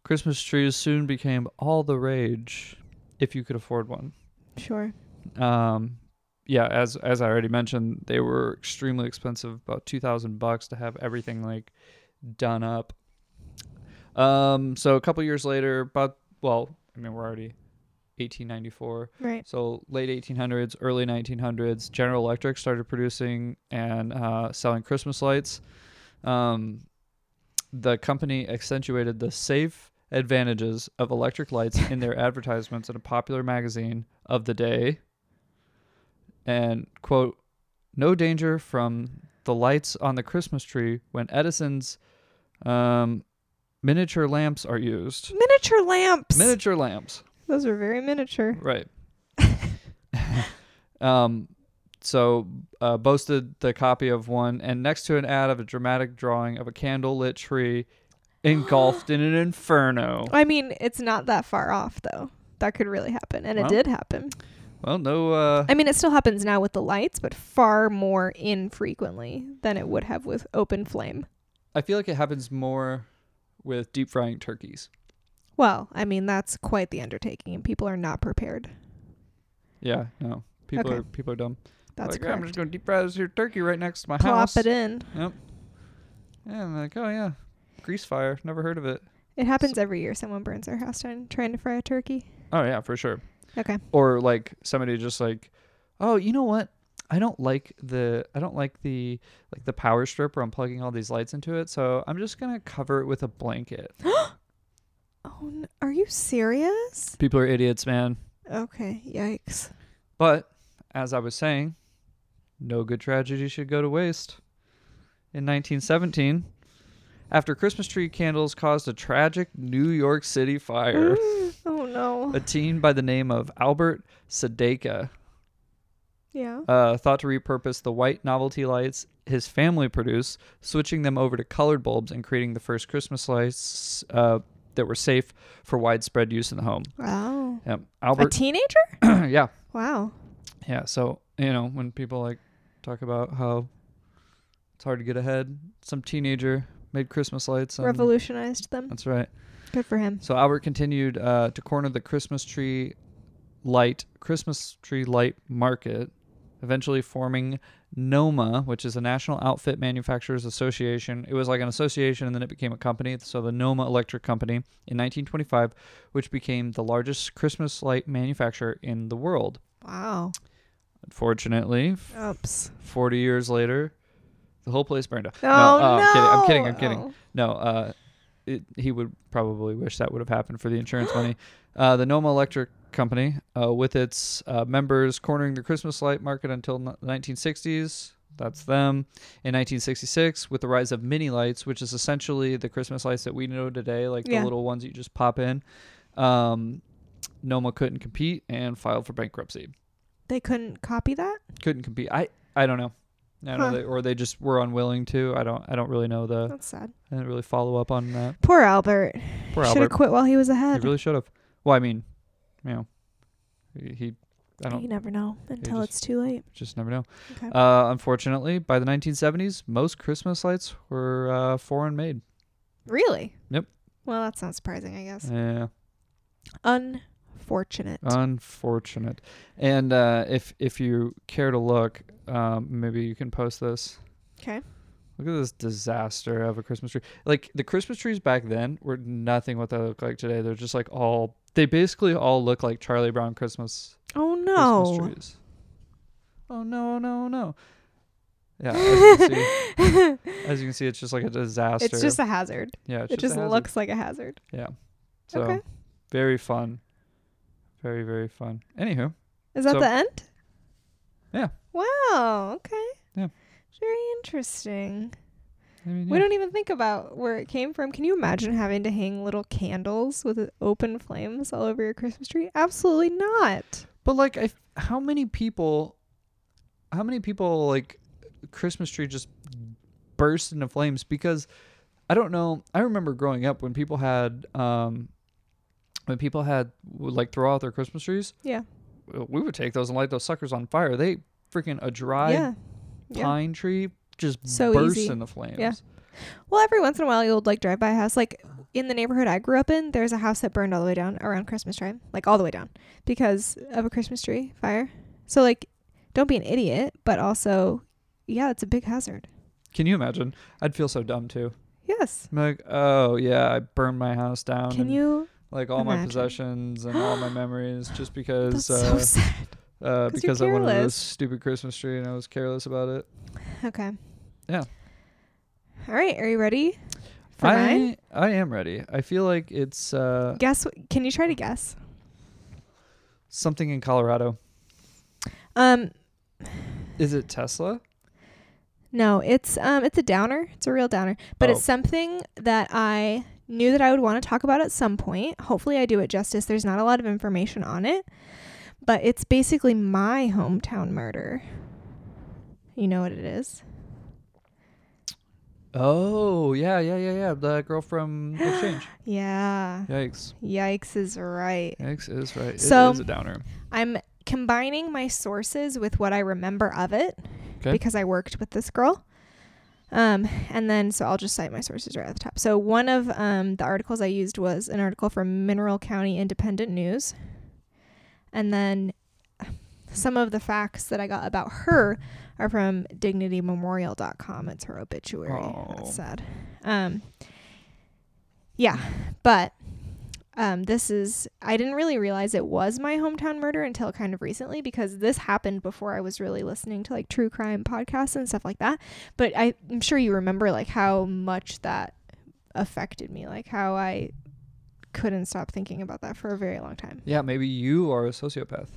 Speaker 1: Christmas trees soon became all the rage if you could afford one.
Speaker 2: Sure.
Speaker 1: Um, yeah, as as I already mentioned, they were extremely expensive, about 2000 bucks to have everything like done up. Um, so a couple years later, but well, I mean, we're already 1894.
Speaker 2: Right.
Speaker 1: So late 1800s, early 1900s, General Electric started producing and uh, selling Christmas lights. Um, the company accentuated the safe advantages of electric lights in their advertisements in a popular magazine of the day. And quote, "No danger from the lights on the Christmas tree when Edison's um, miniature lamps are used."
Speaker 2: Miniature lamps.
Speaker 1: Miniature lamps.
Speaker 2: Those are very miniature.
Speaker 1: Right. um, so uh, boasted the copy of one, and next to an ad of a dramatic drawing of a candlelit tree engulfed in an inferno.
Speaker 2: I mean, it's not that far off though. That could really happen and
Speaker 1: Well.
Speaker 2: it did happen.
Speaker 1: Well, no. Uh,
Speaker 2: I mean, it still happens now with the lights, but far more infrequently than it would have with open flame.
Speaker 1: I feel like it happens more with deep frying turkeys.
Speaker 2: Well, I mean, that's quite the undertaking, and people are not prepared.
Speaker 1: Yeah, no. People
Speaker 2: Okay.
Speaker 1: are people are dumb.
Speaker 2: That's
Speaker 1: like, "Yeah, I'm
Speaker 2: correct.
Speaker 1: just going to deep fry this here turkey right next to my
Speaker 2: Plop
Speaker 1: house.
Speaker 2: it in.
Speaker 1: Yeah, I'm like, oh yeah, grease fire. Never heard of it.
Speaker 2: It happens every year. Someone burns their house down trying to fry a turkey.
Speaker 1: Oh yeah, for sure.
Speaker 2: Okay.
Speaker 1: Or like somebody just like, oh, you know what? I don't like the I don't like the like the power strip where I'm plugging all these lights into it. So I'm just gonna cover it with a blanket.
Speaker 2: Oh, n are you serious?
Speaker 1: People are idiots, man.
Speaker 2: Okay, yikes.
Speaker 1: But as I was saying, no good tragedy should go to waste. In 1917, after Christmas tree candles caused a tragic New York City fire,
Speaker 2: Oh no.
Speaker 1: a teen by the name of Albert Sadeka
Speaker 2: Yeah.
Speaker 1: uh, thought to repurpose the white novelty lights his family produced, switching them over to colored bulbs and creating the first Christmas lights uh, that were safe for widespread use in the home.
Speaker 2: Wow.
Speaker 1: Um,
Speaker 2: A
Speaker 1: Albert,
Speaker 2: teenager?
Speaker 1: yeah,
Speaker 2: Wow.
Speaker 1: yeah. So you know when people like talk about how it's hard to get ahead, some teenager made Christmas lights. And,
Speaker 2: Revolutionized them.
Speaker 1: That's right.
Speaker 2: Good for him.
Speaker 1: So Albert continued uh, to corner the Christmas tree light Christmas tree light market, eventually forming NOMA, which is the National Outfit Manufacturers Association. It was like an association, and then it became a company. So the NOMA Electric Company in 1925, which became the largest Christmas light manufacturer in the world.
Speaker 2: Wow.
Speaker 1: Unfortunately, f-
Speaker 2: Oops.
Speaker 1: 40 years later, the whole place burned down.
Speaker 2: Oh,
Speaker 1: uh,
Speaker 2: no.
Speaker 1: I'm kidding. I'm kidding. I'm kidding.
Speaker 2: Oh.
Speaker 1: No, uh, it, he would probably wish that would have happened for the insurance money. Uh, the Noma Electric Company, uh, with its uh, members cornering the Christmas light market until n- the 1960s. That's them. In 1966, with the rise of mini lights, which is essentially the Christmas lights that we know today, like
Speaker 2: Yeah.
Speaker 1: the little ones that you just pop in, um, Noma couldn't compete and filed for bankruptcy.
Speaker 2: They couldn't copy that?
Speaker 1: Couldn't compete. I I don't know. I don't
Speaker 2: Huh.
Speaker 1: know they, or they just were unwilling to. I don't. I don't really know the.
Speaker 2: That's sad.
Speaker 1: I didn't really follow up on that.
Speaker 2: Poor Albert.
Speaker 1: Poor
Speaker 2: Should have
Speaker 1: Albert.
Speaker 2: quit while he was
Speaker 1: He
Speaker 2: ahead.
Speaker 1: really should have. Well, I mean, you know, he, he- I
Speaker 2: you
Speaker 1: don't
Speaker 2: never know until
Speaker 1: just-
Speaker 2: it's too late.
Speaker 1: just never know.
Speaker 2: Okay.
Speaker 1: Uh, unfortunately, by the 1970s, most Christmas lights were uh, foreign made.
Speaker 2: really?
Speaker 1: Yep.
Speaker 2: Well, that's not surprising, I guess.
Speaker 1: Yeah, Uh,
Speaker 2: Unfortunate.
Speaker 1: unfortunate. And uh, if if you care to look, um, maybe you can post this.
Speaker 2: Okay.
Speaker 1: Look at this disaster of a Christmas tree. Like the Christmas trees back then were nothing what they look like today. They're just like all they basically all look like Charlie Brown Christmas
Speaker 2: oh
Speaker 1: Christmas
Speaker 2: no.
Speaker 1: trees. Oh no, no, no. Yeah, as you, can see, as you can see, it's just like a disaster.
Speaker 2: It's just a hazard.
Speaker 1: yeah, it's
Speaker 2: it just
Speaker 1: a hazard.
Speaker 2: looks like a hazard.
Speaker 1: so
Speaker 2: okay.
Speaker 1: very fun, very very fun. Anywho,
Speaker 2: Is that
Speaker 1: so-
Speaker 2: the end?
Speaker 1: Yeah.
Speaker 2: Wow. Okay.
Speaker 1: Yeah.
Speaker 2: Very interesting.
Speaker 1: I mean,
Speaker 2: We
Speaker 1: yeah.
Speaker 2: don't even think about where it came from. Can you imagine having to hang little candles with uh, open flames all over your Christmas tree? Absolutely not.
Speaker 1: but like, I, f- how many people, how many people like Christmas tree just burst into flames because I don't know. I remember growing up when people had um when people had would like throw out their Christmas trees.
Speaker 2: Yeah.
Speaker 1: w- we would take those and light those suckers on fire. They freaking a dry
Speaker 2: yeah. Yeah.
Speaker 1: pine tree just
Speaker 2: So
Speaker 1: bursts
Speaker 2: easy.
Speaker 1: in the flames.
Speaker 2: Yeah. Well, every once in a while you'll like drive by a house. Like in the neighborhood I grew up in, there's a house that burned all the way down around Christmas time, like all the way down because of a Christmas tree fire. So like, don't be an idiot, but also, yeah, it's a big hazard.
Speaker 1: Can you imagine? I'd feel so dumb too.
Speaker 2: Yes.
Speaker 1: I'm like, oh yeah, I burned my house down.
Speaker 2: Can
Speaker 1: and,
Speaker 2: you?
Speaker 1: like all my
Speaker 2: imagine?
Speaker 1: possessions and all my memories just
Speaker 2: That's
Speaker 1: because
Speaker 2: so
Speaker 1: uh,
Speaker 2: sad.
Speaker 1: uh,
Speaker 2: 'Cause you're
Speaker 1: because I wanted
Speaker 2: careless.
Speaker 1: this stupid Christmas tree and I was careless about it.
Speaker 2: Okay.
Speaker 1: Yeah.
Speaker 2: All right. Are you ready? For
Speaker 1: I
Speaker 2: mine?
Speaker 1: I am ready. I feel like it's uh,
Speaker 2: Guess. wh- Can you try to guess?
Speaker 1: something in Colorado.
Speaker 2: Um.
Speaker 1: Is it Tesla?
Speaker 2: No. It's um. It's a downer. It's a real downer. But
Speaker 1: Oh.
Speaker 2: it's something that I knew that I would want to talk about at some point. Hopefully, I do it justice. There's not a lot of information on it, but it's basically my hometown murder. You know what it is?
Speaker 1: Oh yeah yeah yeah yeah. The girl from Exchange.
Speaker 2: Yeah.
Speaker 1: Yikes.
Speaker 2: Yikes is right.
Speaker 1: Yikes is right.
Speaker 2: So-
Speaker 1: it is a downer.
Speaker 2: I'm combining my sources with what I remember of it
Speaker 1: Okay.
Speaker 2: because I worked with this girl. Um, and then, so I'll just cite my sources right at the top. So, one of um, the articles I used was an article from Mineral County Independent News. And then some of the facts that I got about her are from dignitymemorial.com. It's her obituary.
Speaker 1: Oh.
Speaker 2: That's sad. Um, yeah, but um, this is, I didn't really realize it was my hometown murder until kind of recently because this happened before I was really listening to like true crime podcasts and stuff like that. But I, I'm sure you remember like how much that affected me, like how I couldn't stop thinking about that for a very long time.
Speaker 1: Yeah, maybe you are a sociopath.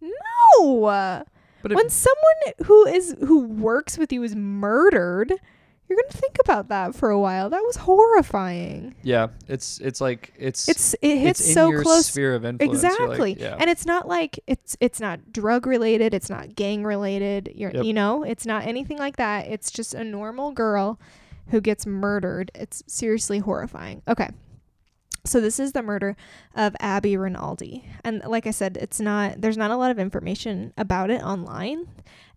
Speaker 2: No!
Speaker 1: But it,
Speaker 2: when someone who is who works with you is murdered, you're gonna think about that for a while. That was horrifying.
Speaker 1: yeah, it's it's like it's
Speaker 2: It's it hits
Speaker 1: it's in
Speaker 2: so
Speaker 1: your
Speaker 2: close
Speaker 1: sphere of influence. You're like,
Speaker 2: exactly
Speaker 1: yeah.
Speaker 2: and it's not like it's it's not drug related it's not gang related you're,
Speaker 1: Yep.
Speaker 2: you know it's not anything like that it's just a normal girl who gets murdered it's seriously horrifying okay so this is the murder of abby rinaldi and like i said it's not there's not a lot of information about it online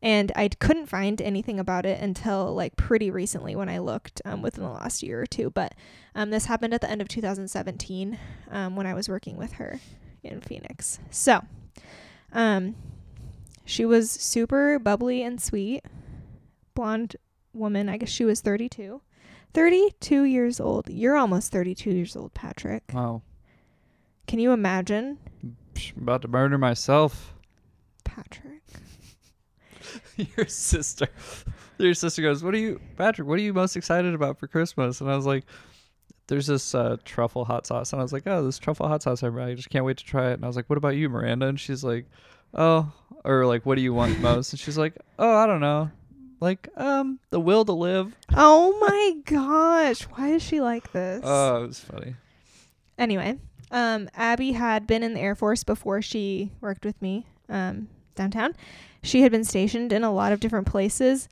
Speaker 2: and i couldn't find anything about it until like pretty recently when i looked um, within the last year or two but um, this happened at the end of 2017 um, when i was working with her in Phoenix. So, um, she was super bubbly and sweet, blonde woman. I guess she was 32. 32 years old. You're almost 32 years old, Patrick.
Speaker 1: wow,
Speaker 2: Can you imagine,
Speaker 1: Psh, about to murder myself.
Speaker 2: Patrick?
Speaker 1: your sister, your sister goes, "What are you, Patrick? What are you most excited about for Christmas?" And I was like, "There's this uh, truffle hot sauce," and I was like, "Oh, this truffle hot sauce, I I just can't wait to try it." And I was like, "What about you, Miranda?" And she's like, "Oh," or like, "What do you want most?" And she's like, "Oh, I don't know." Like um the will to live.
Speaker 2: Oh my gosh, why is she like this?
Speaker 1: Oh, it was funny.
Speaker 2: Anyway, um, Abby had been in the Air Force before she worked with me um, downtown. She had been stationed in a lot of different places.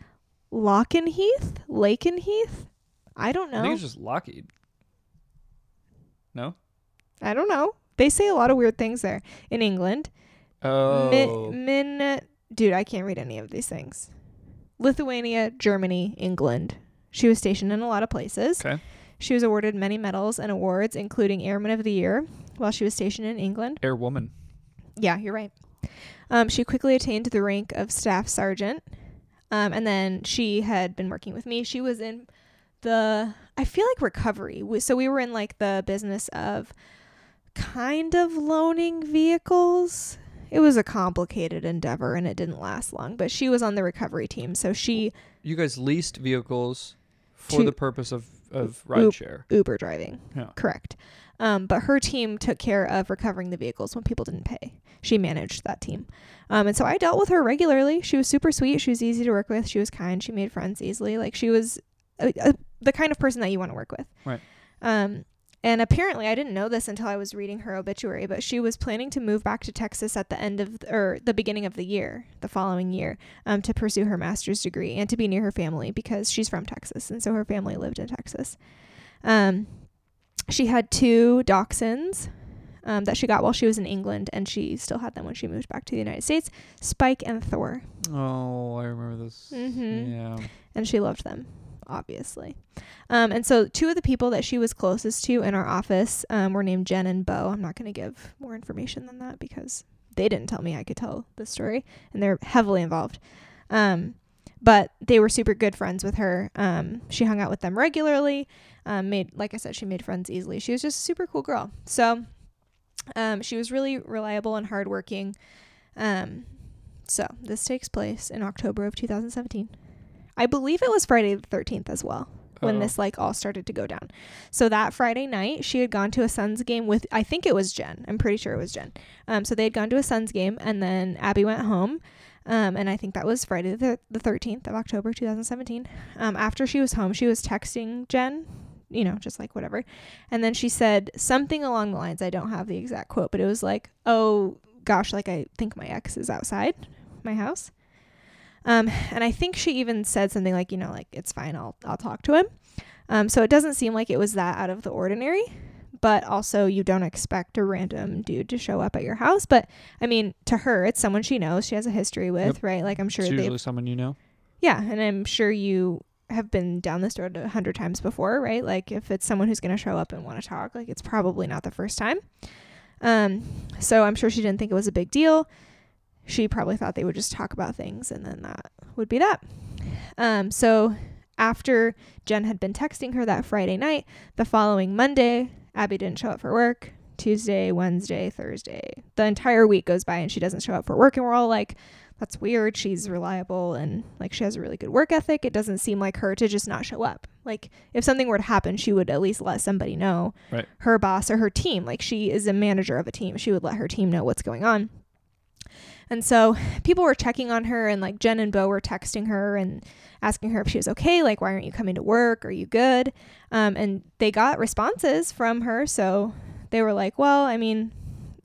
Speaker 2: Lockenheath? Lakenheath? I don't
Speaker 1: I
Speaker 2: know.
Speaker 1: think
Speaker 2: I,
Speaker 1: it's just Lockheed. No.
Speaker 2: don't know. They say a lot of weird things there in England. Mi-
Speaker 1: Oh.
Speaker 2: Min, dude, I can't read any of these things. Lithuania, Germany, England. She was stationed in a lot of places.
Speaker 1: okay.
Speaker 2: She was awarded many medals and awards, including Airman of the Year, while she was stationed in England.
Speaker 1: Air woman.
Speaker 2: Yeah, you're right. Um, she quickly attained the rank of staff sergeant, um, and then she had been working with me. She was in the I feel like recovery. We, so we were in like the business of kind of loaning vehicles. It was a complicated endeavor and it didn't last long, but she was on the recovery team. So she
Speaker 1: You guys leased vehicles for
Speaker 2: To-
Speaker 1: the purpose of of
Speaker 2: Oop.
Speaker 1: rideshare.
Speaker 2: Uber driving.
Speaker 1: Yeah.
Speaker 2: Correct. Um, but her team took care of recovering the vehicles when people didn't pay. She managed that team. Um, and so I dealt with her regularly. She was super sweet. She was easy to work with. She was kind. She made friends easily. Like she was a, a, the kind of person that you want to work with.
Speaker 1: Right.
Speaker 2: Um, and apparently, I didn't know this until I was reading her obituary, but she was planning to move back to Texas at the end of, or the beginning of the year, the following year, um, to pursue her master's degree and to be near her family because she's from Texas. And so her family lived in Texas. Um, she had two dachshunds um, that she got while she was in England, and she still had them when she moved back to the United States Spike and Thor.
Speaker 1: Oh, I remember this.
Speaker 2: Mhm.
Speaker 1: Yeah.
Speaker 2: And she loved them, obviously. Um, and so, two of the people that she was closest to in our office um, were named Jen and Bo. I'm not going to give more information than that because they didn't tell me I could tell the story, and they're heavily involved. Um, but they were super good friends with her. Um, she hung out with them regularly. Um, made like I said, she made friends easily. She was just a super cool girl. So um, she was really reliable and hardworking. Um, so this takes place in October of 2017. I believe it was Friday the 13th as well when
Speaker 1: Oh.
Speaker 2: this like all started to go down. So that Friday night, she had gone to a Suns game with I think it was Jen. I'm pretty sure it was Jen. Um, so they had gone to a Suns game, and then Abby went home. Um, and I think that was Friday the, the 13th of October 2017. Um, after she was home, she was texting Jen, you know, just like whatever. And then she said something along the lines, I don't have the exact quote, but it was like, oh gosh, like I think my ex is outside my house. Um, and I think she even said something like, you know, like it's fine, I'll I'll talk to him. Um, so it doesn't seem like it was that out of the ordinary, but also you don't expect a random dude to show up at your house. But I mean, to her, it's someone she knows, she has a history with, right? Like I'm sure
Speaker 1: it's
Speaker 2: they
Speaker 1: usually someone you know.
Speaker 2: yeah, and I'm sure you have been down this road a hundred times before, right? Like if it's someone who's going to show up and want to talk, like it's probably not the first time. Um, so I'm sure she didn't think it was a big deal. She probably thought they would just talk about things, and then that would be that. Um, so after Jen had been texting her that Friday night, the following Monday, Abby didn't show up for work. Tuesday, Wednesday, Thursday. The entire week goes by and she doesn't show up for work. And we're all like, that's weird. She's reliable and like she has a really good work ethic. It doesn't seem like her to just not show up. Like if something were to happen, she would at least let somebody know
Speaker 1: Right.
Speaker 2: her boss or her team. Like she is a manager of a team. She would let her team know what's going on. And so people were checking on her and like Jen and Bo were texting her and asking her if she was okay, like why aren't you coming to work? Are you good? Um, and they got responses from her, so they were like, well, I mean,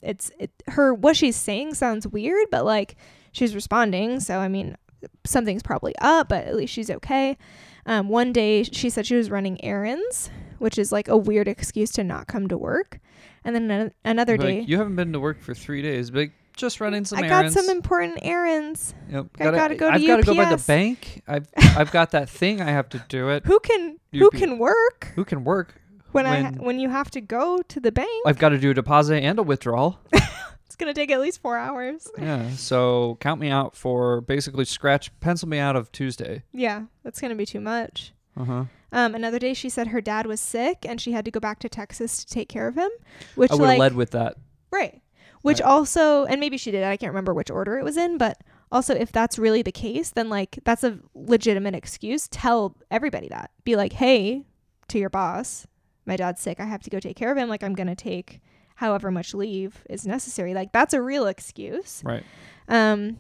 Speaker 2: it's it, her what she's saying sounds weird, but like she's responding, so I mean, something's probably up, but at least she's okay. Um, one day she said she was running errands, which is like a weird excuse to not come to work. And then ano- another
Speaker 1: Be
Speaker 2: day,
Speaker 1: Like, you haven't been to work for three days, but just running some
Speaker 2: I
Speaker 1: errands.
Speaker 2: got some important errands.
Speaker 1: Yep.
Speaker 2: I gotta go to
Speaker 1: I've gotta go by the
Speaker 2: UPS.
Speaker 1: bank. I've I've got that thing. I have to do it.
Speaker 2: Who can
Speaker 1: You'd
Speaker 2: who
Speaker 1: be-
Speaker 2: can work
Speaker 1: Who can work?
Speaker 2: when, I ha-
Speaker 1: when-
Speaker 2: when you have to go to the bank?
Speaker 1: I've got to do a deposit and a withdrawal.
Speaker 2: It's gonna take at least four hours.
Speaker 1: yeah. So count me out for basically scratch pencil me out of Tuesday.
Speaker 2: Yeah, that's gonna be too much.
Speaker 1: Uh huh.
Speaker 2: Um, another day, she said her dad was sick and she had to go back to Texas to take care of him, which
Speaker 1: I would have
Speaker 2: like
Speaker 1: led with that.
Speaker 2: right, which
Speaker 1: Right.
Speaker 2: also and maybe she did. I can't remember which order it was in, but also if that's really the case, then like that's a legitimate excuse. Tell everybody that. Be like, hey, to your boss, my dad's sick. I have to go take care of him. Like I'm gonna take however much leave is necessary. Like that's a real excuse.
Speaker 1: Right.
Speaker 2: Um,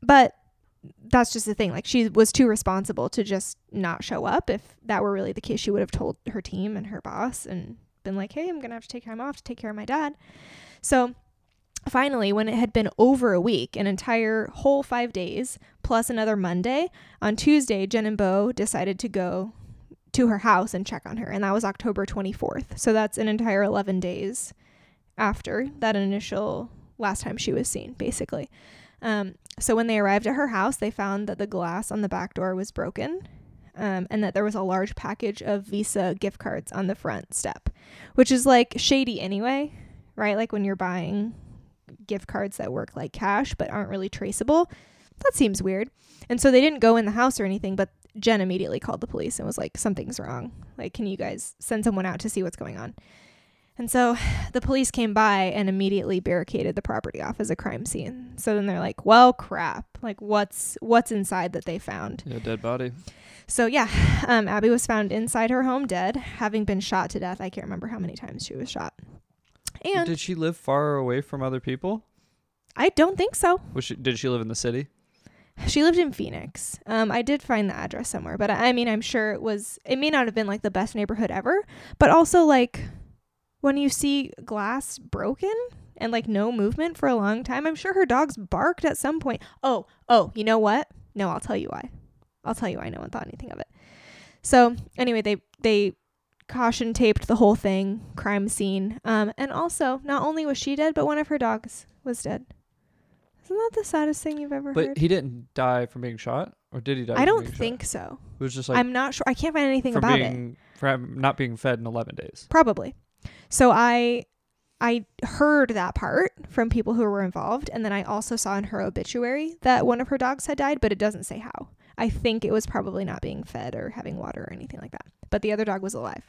Speaker 2: but that's just the thing. Like she was too responsible to just not show up. If that were really the case, she would have told her team and her boss and been like, "Hey, I'm gonna have to take time off to take care of my dad." So finally, when it had been over a week, an entire whole five days plus another Monday, on Tuesday, Jen and Bo decided to go to her house and check on her, and that was October 24th. So that's an entire 11 days after that initial last time she was seen, basically. Um, so when they arrived at her house, they found that the glass on the back door was broken. Um, and that there was a large package of Visa gift cards on the front step, which is like shady anyway, right? Like when you're buying gift cards that work like cash but aren't really traceable, that seems weird. And so they didn't go in the house or anything, but Jen immediately called the police and was like, something's wrong. Like, can you guys send someone out to see what's going on? And so the police came by and immediately barricaded the property off as a crime scene. So then they're like, "Well, crap. Like what's what's inside that they found?"
Speaker 1: Yeah. Dead body.
Speaker 2: So yeah, um, Abby was found inside her home dead, having been shot to death. I can't remember how many times she was shot. And
Speaker 1: Did she live far away from other people?
Speaker 2: I don't think so.
Speaker 1: Was she, did she live in the city?
Speaker 2: She lived in Phoenix. Um, I did find the address somewhere, but I I mean, I'm sure it was. It may not have been like the best neighborhood ever, but also like when you see glass broken and like no movement for a long time, I'm sure her dogs barked at some point. Oh, oh, you know what? No, I'll tell you why. I'll tell you why no one thought anything of it. So anyway, they they caution taped the whole thing, crime scene. Um, and also, not only was she dead, but one of her dogs was dead. Isn't that the saddest thing you've ever heard?
Speaker 1: But he didn't die from being shot, or did he die?
Speaker 2: I
Speaker 1: from
Speaker 2: don't
Speaker 1: being shot?
Speaker 2: think so.
Speaker 1: it was just like
Speaker 2: I'm not sure. I can't find anything
Speaker 1: from
Speaker 2: about it.
Speaker 1: being from not being fed in eleven days.
Speaker 2: Probably. So I I heard that part from people who were involved and then I also saw in her obituary that one of her dogs had died, but it doesn't say how. I think it was probably not being fed or having water or anything like that. But the other dog was alive.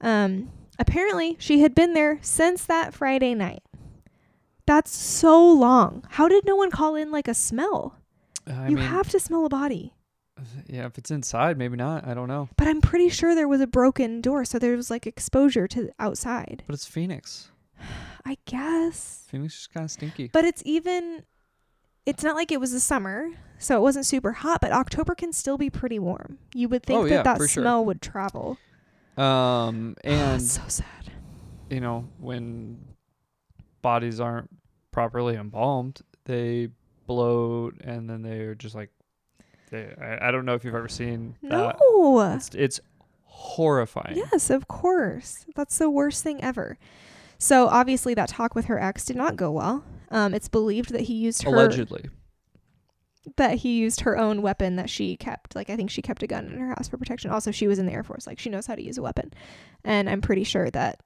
Speaker 2: Um apparently she had been there since that Friday night. That's so long. How did no one call in like a smell?
Speaker 1: Uh, I
Speaker 2: you
Speaker 1: mean,
Speaker 2: have to smell a body.
Speaker 1: yeah, if it's inside, maybe not. I don't know.
Speaker 2: But I'm pretty sure there was a broken door, so there was like exposure to the outside.
Speaker 1: But it's Phoenix.
Speaker 2: I guess.
Speaker 1: Phoenix is kind of stinky.
Speaker 2: But it's even it's not like it was the summer, so it wasn't super hot, but October can still be pretty warm. You would think
Speaker 1: Oh,
Speaker 2: that
Speaker 1: yeah,
Speaker 2: that
Speaker 1: for sure.
Speaker 2: smell would travel. Ah,
Speaker 1: Um, and
Speaker 2: so sad.
Speaker 1: you know when bodies aren't properly embalmed, they bloat, and then they're just like, they, I, I don't know if you've ever seen that.
Speaker 2: No.
Speaker 1: It's, it's horrifying.
Speaker 2: Yes, of course. That's the worst thing ever. So obviously, that talk with her ex did not go well. Um, it's believed that he used her
Speaker 1: Allegedly.
Speaker 2: that he used her own weapon that she kept. Like I think she kept a gun in her house for protection. Also, she was in the Air Force. Like she knows how to use a weapon, and I'm pretty sure that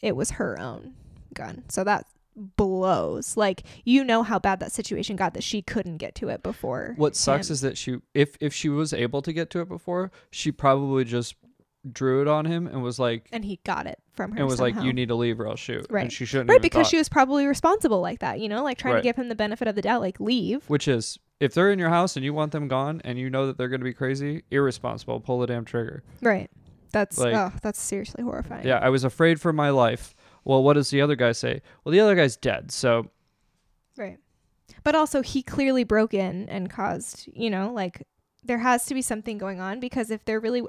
Speaker 2: it was her own gun. So that blows. Like you know how bad that situation got that she couldn't get to it before.
Speaker 1: What sucks
Speaker 2: him.
Speaker 1: is that she if if she was able to get to it before, she probably just drew it on him and was like
Speaker 2: and he got it from her.
Speaker 1: and was like
Speaker 2: somehow.
Speaker 1: you need to leave or I'll shoot.
Speaker 2: Right.
Speaker 1: And she shouldn't
Speaker 2: right
Speaker 1: even
Speaker 2: because
Speaker 1: thought-
Speaker 2: she was probably responsible like that. You know, like trying
Speaker 1: Right.
Speaker 2: to give him the benefit of the doubt. Like leave.
Speaker 1: which is if they're in your house and you want them gone and you know that they're going to be crazy, irresponsible, pull the damn trigger.
Speaker 2: Right. That's
Speaker 1: Like-
Speaker 2: oh, that's seriously horrifying.
Speaker 1: Yeah, I was afraid for my life. Well, what does the other guy say? Well, the other guy's dead. So,
Speaker 2: Right. But also he clearly broke in and caused, you know, like there has to be something going on because if they're really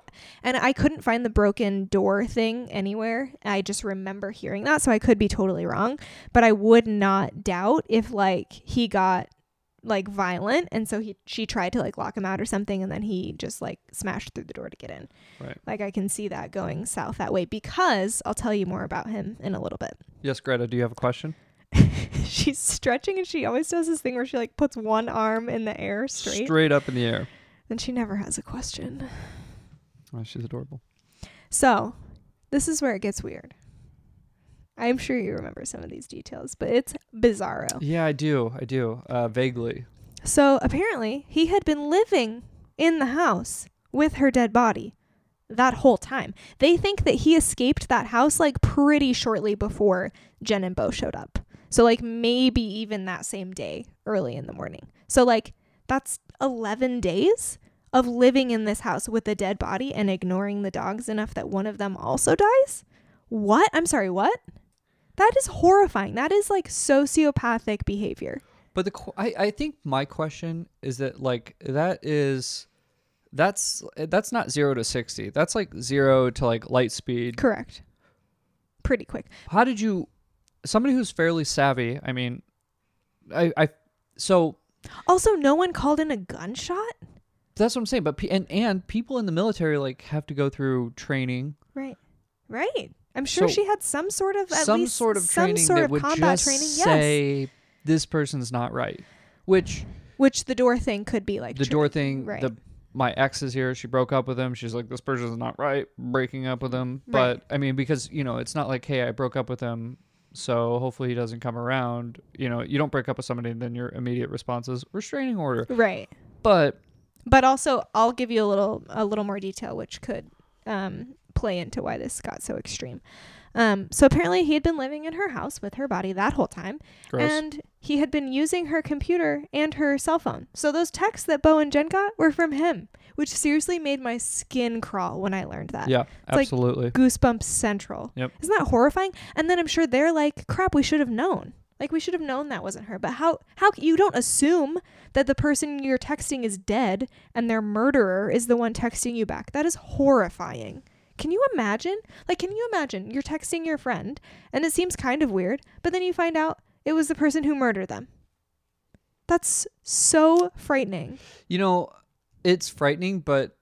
Speaker 2: and I couldn't find the broken door thing anywhere. I just remember hearing that, so I could be totally wrong, but I would not doubt if like he got like violent and so he she tried to like lock him out or something and then he just like smashed through the door to get in.
Speaker 1: Right.
Speaker 2: Like I can see that going south that way because I'll tell you more about him in a little bit.
Speaker 1: yes, Greta, do you have a question?
Speaker 2: she's stretching and she always does this thing where she like puts one arm in the air straight
Speaker 1: up in the air.
Speaker 2: and she never has a question
Speaker 1: Oh, she's adorable.
Speaker 2: so this is where it gets weird i'm sure you remember some of these details but it's bizarro
Speaker 1: Yeah, I do. I do. Uh, vaguely.
Speaker 2: so apparently he had been living in the house with her dead body that whole time they think that he escaped that house like pretty shortly before jen and bo showed up so like maybe even that same day early in the morning so like that's 11 days of living in this house with a dead body and ignoring the dogs enough that one of them also dies what i'm sorry what that is horrifying that is like sociopathic behavior
Speaker 1: But the qu- I, I think my question is that like that is that's eh, that's not 0 to 60. That's like 0 to like light speed.
Speaker 2: correct pretty quick
Speaker 1: How did you somebody who's fairly savvy, I mean I I so
Speaker 2: Also, no one called in a gunshot.
Speaker 1: that's what I'm saying, but pe- and and people in the military like have to go through training
Speaker 2: Right. Right. I'm sure
Speaker 1: So-
Speaker 2: she had some sort of at
Speaker 1: some
Speaker 2: least
Speaker 1: sort of
Speaker 2: some
Speaker 1: training
Speaker 2: sort
Speaker 1: that
Speaker 2: of
Speaker 1: would
Speaker 2: combat
Speaker 1: just
Speaker 2: training. Yes.
Speaker 1: say this person's not right. Which
Speaker 2: Which the door thing could be like
Speaker 1: the
Speaker 2: tra-
Speaker 1: door thing,
Speaker 2: right.
Speaker 1: the my ex is here. She broke up with him. She's like, this person's not right. Breaking up with him,
Speaker 2: Right.
Speaker 1: but I mean, because you know, it's not like, hey, I broke up with him, so hopefully he doesn't come around. You know, you don't break up with somebody, and then your immediate response is restraining order.
Speaker 2: Right.
Speaker 1: But
Speaker 2: But also, I'll give you a little a little more detail, which could um, play into why this got so extreme. Um, so apparently, he had been living in her house with her body that whole time,
Speaker 1: gross.
Speaker 2: and he had been using her computer and her cell phone. So those texts that Bo and Jen got were from him, which seriously made my skin crawl when I learned that.
Speaker 1: yeah,
Speaker 2: uh, like-
Speaker 1: absolutely.
Speaker 2: Goosebumps Central.
Speaker 1: Yep.
Speaker 2: Isn't that horrifying? And then I'm sure they're like, crap, we should have known. Like we should have known that wasn't her. But how how you don't assume that the person you're texting is dead and their murderer is the one texting you back. That is horrifying. Can you imagine? Like can you imagine you're texting your friend and it seems kind of weird, but then you find out it was the person who murdered them. That's so frightening.
Speaker 1: You know, it's frightening, but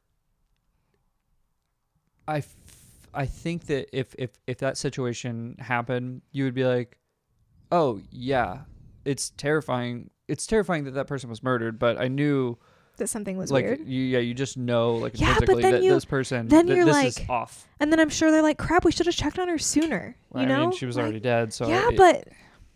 Speaker 1: I, f- I think that if, if if that situation happened, you would be like, oh yeah, it's terrifying. It's terrifying that that person was murdered, but I knew,
Speaker 2: That something was
Speaker 1: like,
Speaker 2: weird.
Speaker 1: you, yeah, you just know, like,
Speaker 2: Yeah, but
Speaker 1: intrinsically
Speaker 2: then
Speaker 1: that
Speaker 2: you-
Speaker 1: this person,
Speaker 2: then
Speaker 1: that
Speaker 2: you're
Speaker 1: this is
Speaker 2: like,
Speaker 1: off.
Speaker 2: And then I'm sure they're like, crap, we should have checked on her sooner. You
Speaker 1: I
Speaker 2: know?
Speaker 1: mean, she was
Speaker 2: Like,
Speaker 1: already dead, so
Speaker 2: yeah,
Speaker 1: it-
Speaker 2: but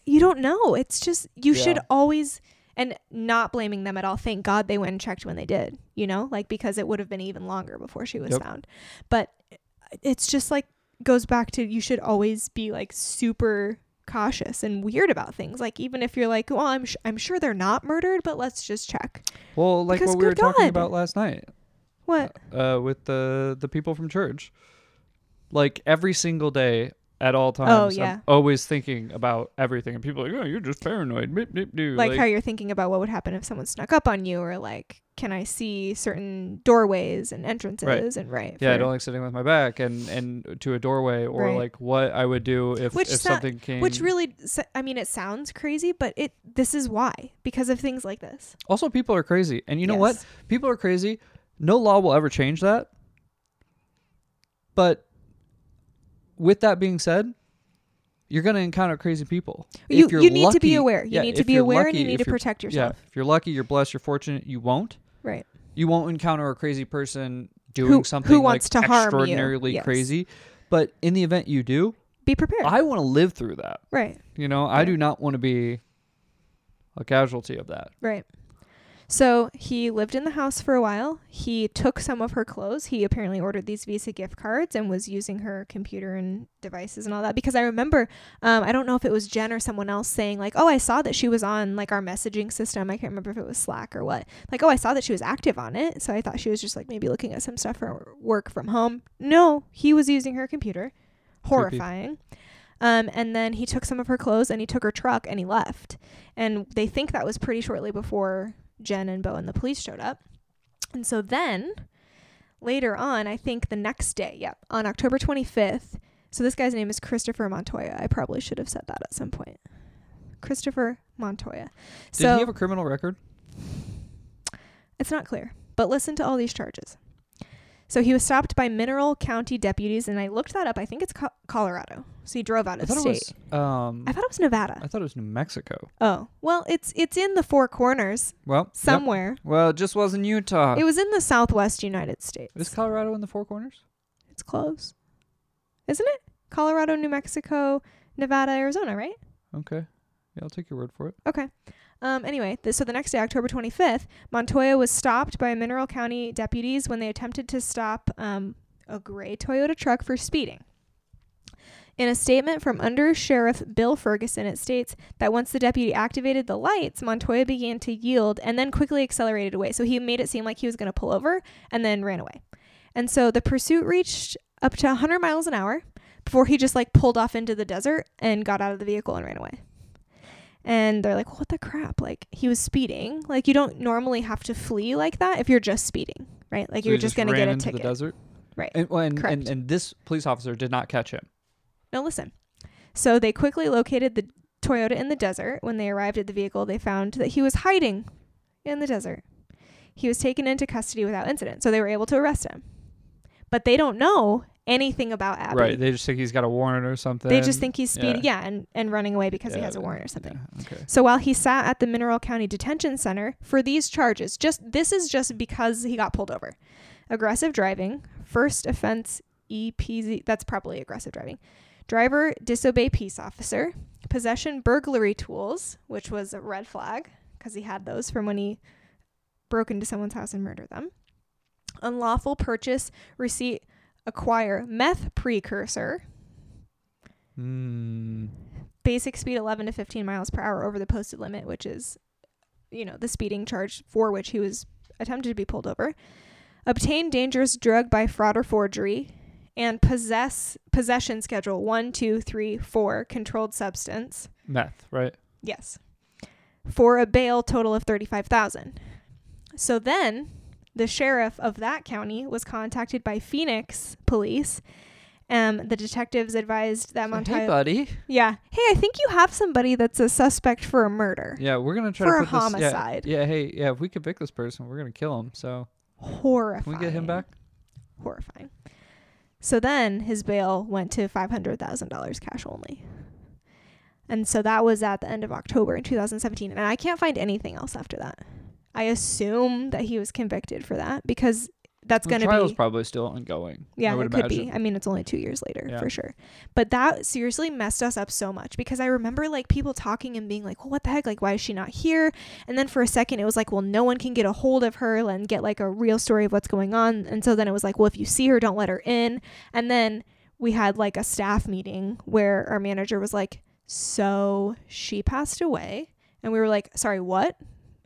Speaker 2: you don't know. It's just you should
Speaker 1: Yeah.
Speaker 2: always and not blaming them at all. Thank God they went and checked when they did, you know? Like because it would have been even longer before she was
Speaker 1: Yep.
Speaker 2: found. But uh, it's just like goes back to you should always be like super cautious and weird about things. Like even if you're like, "Well, I'm sh- I'm sure they're not murdered, but let's just check."
Speaker 1: well, like
Speaker 2: because
Speaker 1: what we were
Speaker 2: good
Speaker 1: talking
Speaker 2: God.
Speaker 1: about last night,
Speaker 2: What?
Speaker 1: uh, with the the people from church. Like every single day at all times,
Speaker 2: Oh, yeah.
Speaker 1: I'm always thinking about everything, and people are like, "Oh, you're just paranoid." Beep, beep, doo.
Speaker 2: like how you're thinking about what would happen if someone snuck up on you or like can I see certain doorways and entrances and right.
Speaker 1: yeah, I
Speaker 2: for-
Speaker 1: don't like sitting with my back and and to a doorway, or
Speaker 2: Right.
Speaker 1: like what I would do if
Speaker 2: Which
Speaker 1: if
Speaker 2: sa-
Speaker 1: something came.
Speaker 2: Which really, s- I mean, it sounds crazy, but it this is why because of things like this.
Speaker 1: also people are crazy, and you know what? People are crazy. No law will ever change that. But with that being said, you're going to encounter crazy people.
Speaker 2: You
Speaker 1: If
Speaker 2: you
Speaker 1: you're
Speaker 2: need to be
Speaker 1: lucky-
Speaker 2: aware. You
Speaker 1: yeah,
Speaker 2: need to
Speaker 1: if
Speaker 2: be
Speaker 1: you're
Speaker 2: aware and
Speaker 1: lucky-
Speaker 2: you need
Speaker 1: if
Speaker 2: to
Speaker 1: you're-
Speaker 2: protect yourself.
Speaker 1: Yeah, if you're lucky, you're blessed, you're fortunate. You won't.
Speaker 2: Right.
Speaker 1: You won't encounter a crazy person doing something
Speaker 2: wants
Speaker 1: like
Speaker 2: to harm you.
Speaker 1: extraordinarily
Speaker 2: Yes.
Speaker 1: crazy. But in the event you do,
Speaker 2: Be prepared.
Speaker 1: I want to live through that.
Speaker 2: right.
Speaker 1: You know, I
Speaker 2: Yeah.
Speaker 1: do not want to be a casualty of that.
Speaker 2: Right. So he lived in the house for a while. He took some of her clothes. He apparently ordered these Visa gift cards and was using her computer and devices and all that. Because I remember, um, I don't know if it was Jen or someone else saying, like, oh, I saw that she was on like our messaging system. I can't remember if it was Slack or what. Like, oh, I saw that she was active on it. So I thought she was just like maybe looking at some stuff for work from home. No, he was using her computer. Horrifying. Um, and then he took some of her clothes and he took her truck and he left. And they think that was pretty shortly before Jen and Bo and the police showed up. And so then later on, I think the next day, yep, on October 25th. So this guy's name is Christopher Montoya. I probably should have said that at some point. Christopher Montoya.
Speaker 1: Did
Speaker 2: so
Speaker 1: he have a criminal record?
Speaker 2: it's not clear, but listen to all these charges. So he was stopped by Mineral County deputies, and I looked that up. I think it's co- Colorado. So he drove out
Speaker 1: I
Speaker 2: of
Speaker 1: thought
Speaker 2: state.
Speaker 1: it was. Um,
Speaker 2: I thought it was Nevada.
Speaker 1: I thought it was New Mexico.
Speaker 2: Oh, well, it's it's in the Four Corners
Speaker 1: Well, yep.
Speaker 2: somewhere.
Speaker 1: Well, it just wasn't Utah.
Speaker 2: It was in the Southwest United States.
Speaker 1: Is Colorado in the Four Corners?
Speaker 2: It's close, isn't it? Colorado, New Mexico, Nevada, Arizona, right?
Speaker 1: Okay. Yeah, I'll take your word for it.
Speaker 2: Okay. Um, anyway, th- so the next day, October 25th, Montoya was stopped by Mineral County deputies when they attempted to stop um, a gray Toyota truck for speeding. In a statement from Under Sheriff Bill Ferguson, it states that once the deputy activated the lights, Montoya began to yield and then quickly accelerated away. So he made it seem like he was going to pull over and then ran away. And so the pursuit reached up to 100 miles an hour before he just like pulled off into the desert and got out of the vehicle and ran away and they're like, "What the crap? Like he was speeding. Like you don't normally have to flee like that if you're just speeding, right? Like
Speaker 1: So
Speaker 2: you're
Speaker 1: he
Speaker 2: just, gonna
Speaker 1: ran
Speaker 2: get a
Speaker 1: into
Speaker 2: ticket."
Speaker 1: the desert,
Speaker 2: Right.
Speaker 1: And, well, and, and
Speaker 2: Correct.
Speaker 1: and this police officer did not catch him.
Speaker 2: Now listen. So they quickly located the Toyota in the desert. When they arrived at the vehicle, they found that he was hiding in the desert. He was taken into custody without incident, so they were able to arrest him. But they don't know anything about Abby.
Speaker 1: Right. They just think he's got a warrant or something.
Speaker 2: They just think he's speeding,
Speaker 1: yeah.
Speaker 2: yeah, and, and running away because he
Speaker 1: Yeah,
Speaker 2: has a warrant or something.
Speaker 1: Yeah, okay.
Speaker 2: So while he sat at the Mineral County Detention Center for these charges, just this is just because he got pulled over. Aggressive driving, first offense EPZ, that's probably aggressive driving. Driver disobey peace officer, possession burglary tools, which was a red flag because he had those from when he broke into someone's house and murdered them. Unlawful purchase, receipt, acquire meth precursor,
Speaker 1: Mm,
Speaker 2: basic speed 11 to 15 miles per hour over the posted limit, which is, you know, the speeding charge for which he was attempted to be pulled over, obtain dangerous drug by fraud or forgery, and possess possession schedule one, two, three, four controlled substance.
Speaker 1: meth, right?
Speaker 2: Yes. For a bail total of 35,000. So then the sheriff of that county was contacted by Phoenix police. Um, the detectives advised that
Speaker 1: Say, hey,
Speaker 2: Montoya
Speaker 1: buddy.
Speaker 2: yeah. Hey, I think you have somebody that's a suspect for a murder.
Speaker 1: Yeah, we're gonna try
Speaker 2: For
Speaker 1: to
Speaker 2: a
Speaker 1: put this- yeah,
Speaker 2: homicide.
Speaker 1: Yeah, Hey, yeah. If we convict this person, we're gonna kill him. So
Speaker 2: Horrifying.
Speaker 1: can we get him back?
Speaker 2: Horrifying. So then his bail went to $500,000 cash only. And so that was at the end of October in 2017. And I can't find anything else after that. I assume that he was convicted for that because that's
Speaker 1: The
Speaker 2: going to be.
Speaker 1: trial's probably still ongoing.
Speaker 2: Yeah,
Speaker 1: I
Speaker 2: it
Speaker 1: would
Speaker 2: could
Speaker 1: imagine.
Speaker 2: be. I mean, it's only two years later
Speaker 1: Yeah.
Speaker 2: for sure. But that seriously messed us up so much because I remember like people talking and being like, well, what the heck? Like, why is she not here? And then for a second, it was like, well, no one can get a hold of her and get like a real story of what's going on. And so then it was like, well, if you see her, don't let her in. And then we had like a staff meeting where our manager was like, so she passed away. And we were like, sorry, what?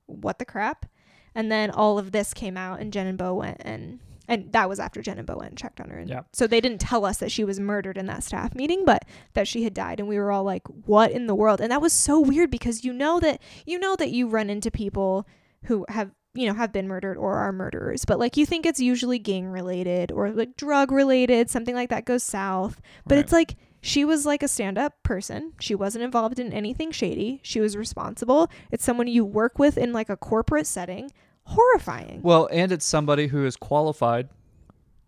Speaker 2: What the crap? And then all of this came out, and Jen and Bo went and and that was after Jen and Bo went and checked on her. And
Speaker 1: Yeah.
Speaker 2: So they didn't tell us that she was murdered in that staff meeting, but that she had died, and we were all like, "What in the world?" And that was so weird because you know that you know that you run into people who have you know have been murdered or are murderers, but like you think it's usually gang related or like drug related, something like that goes south. But
Speaker 1: Right.
Speaker 2: it's like she was like a stand up person. She wasn't involved in anything shady. She was responsible. It's someone you work with in like a corporate setting. Horrifying.
Speaker 1: Well, and it's somebody who is qualified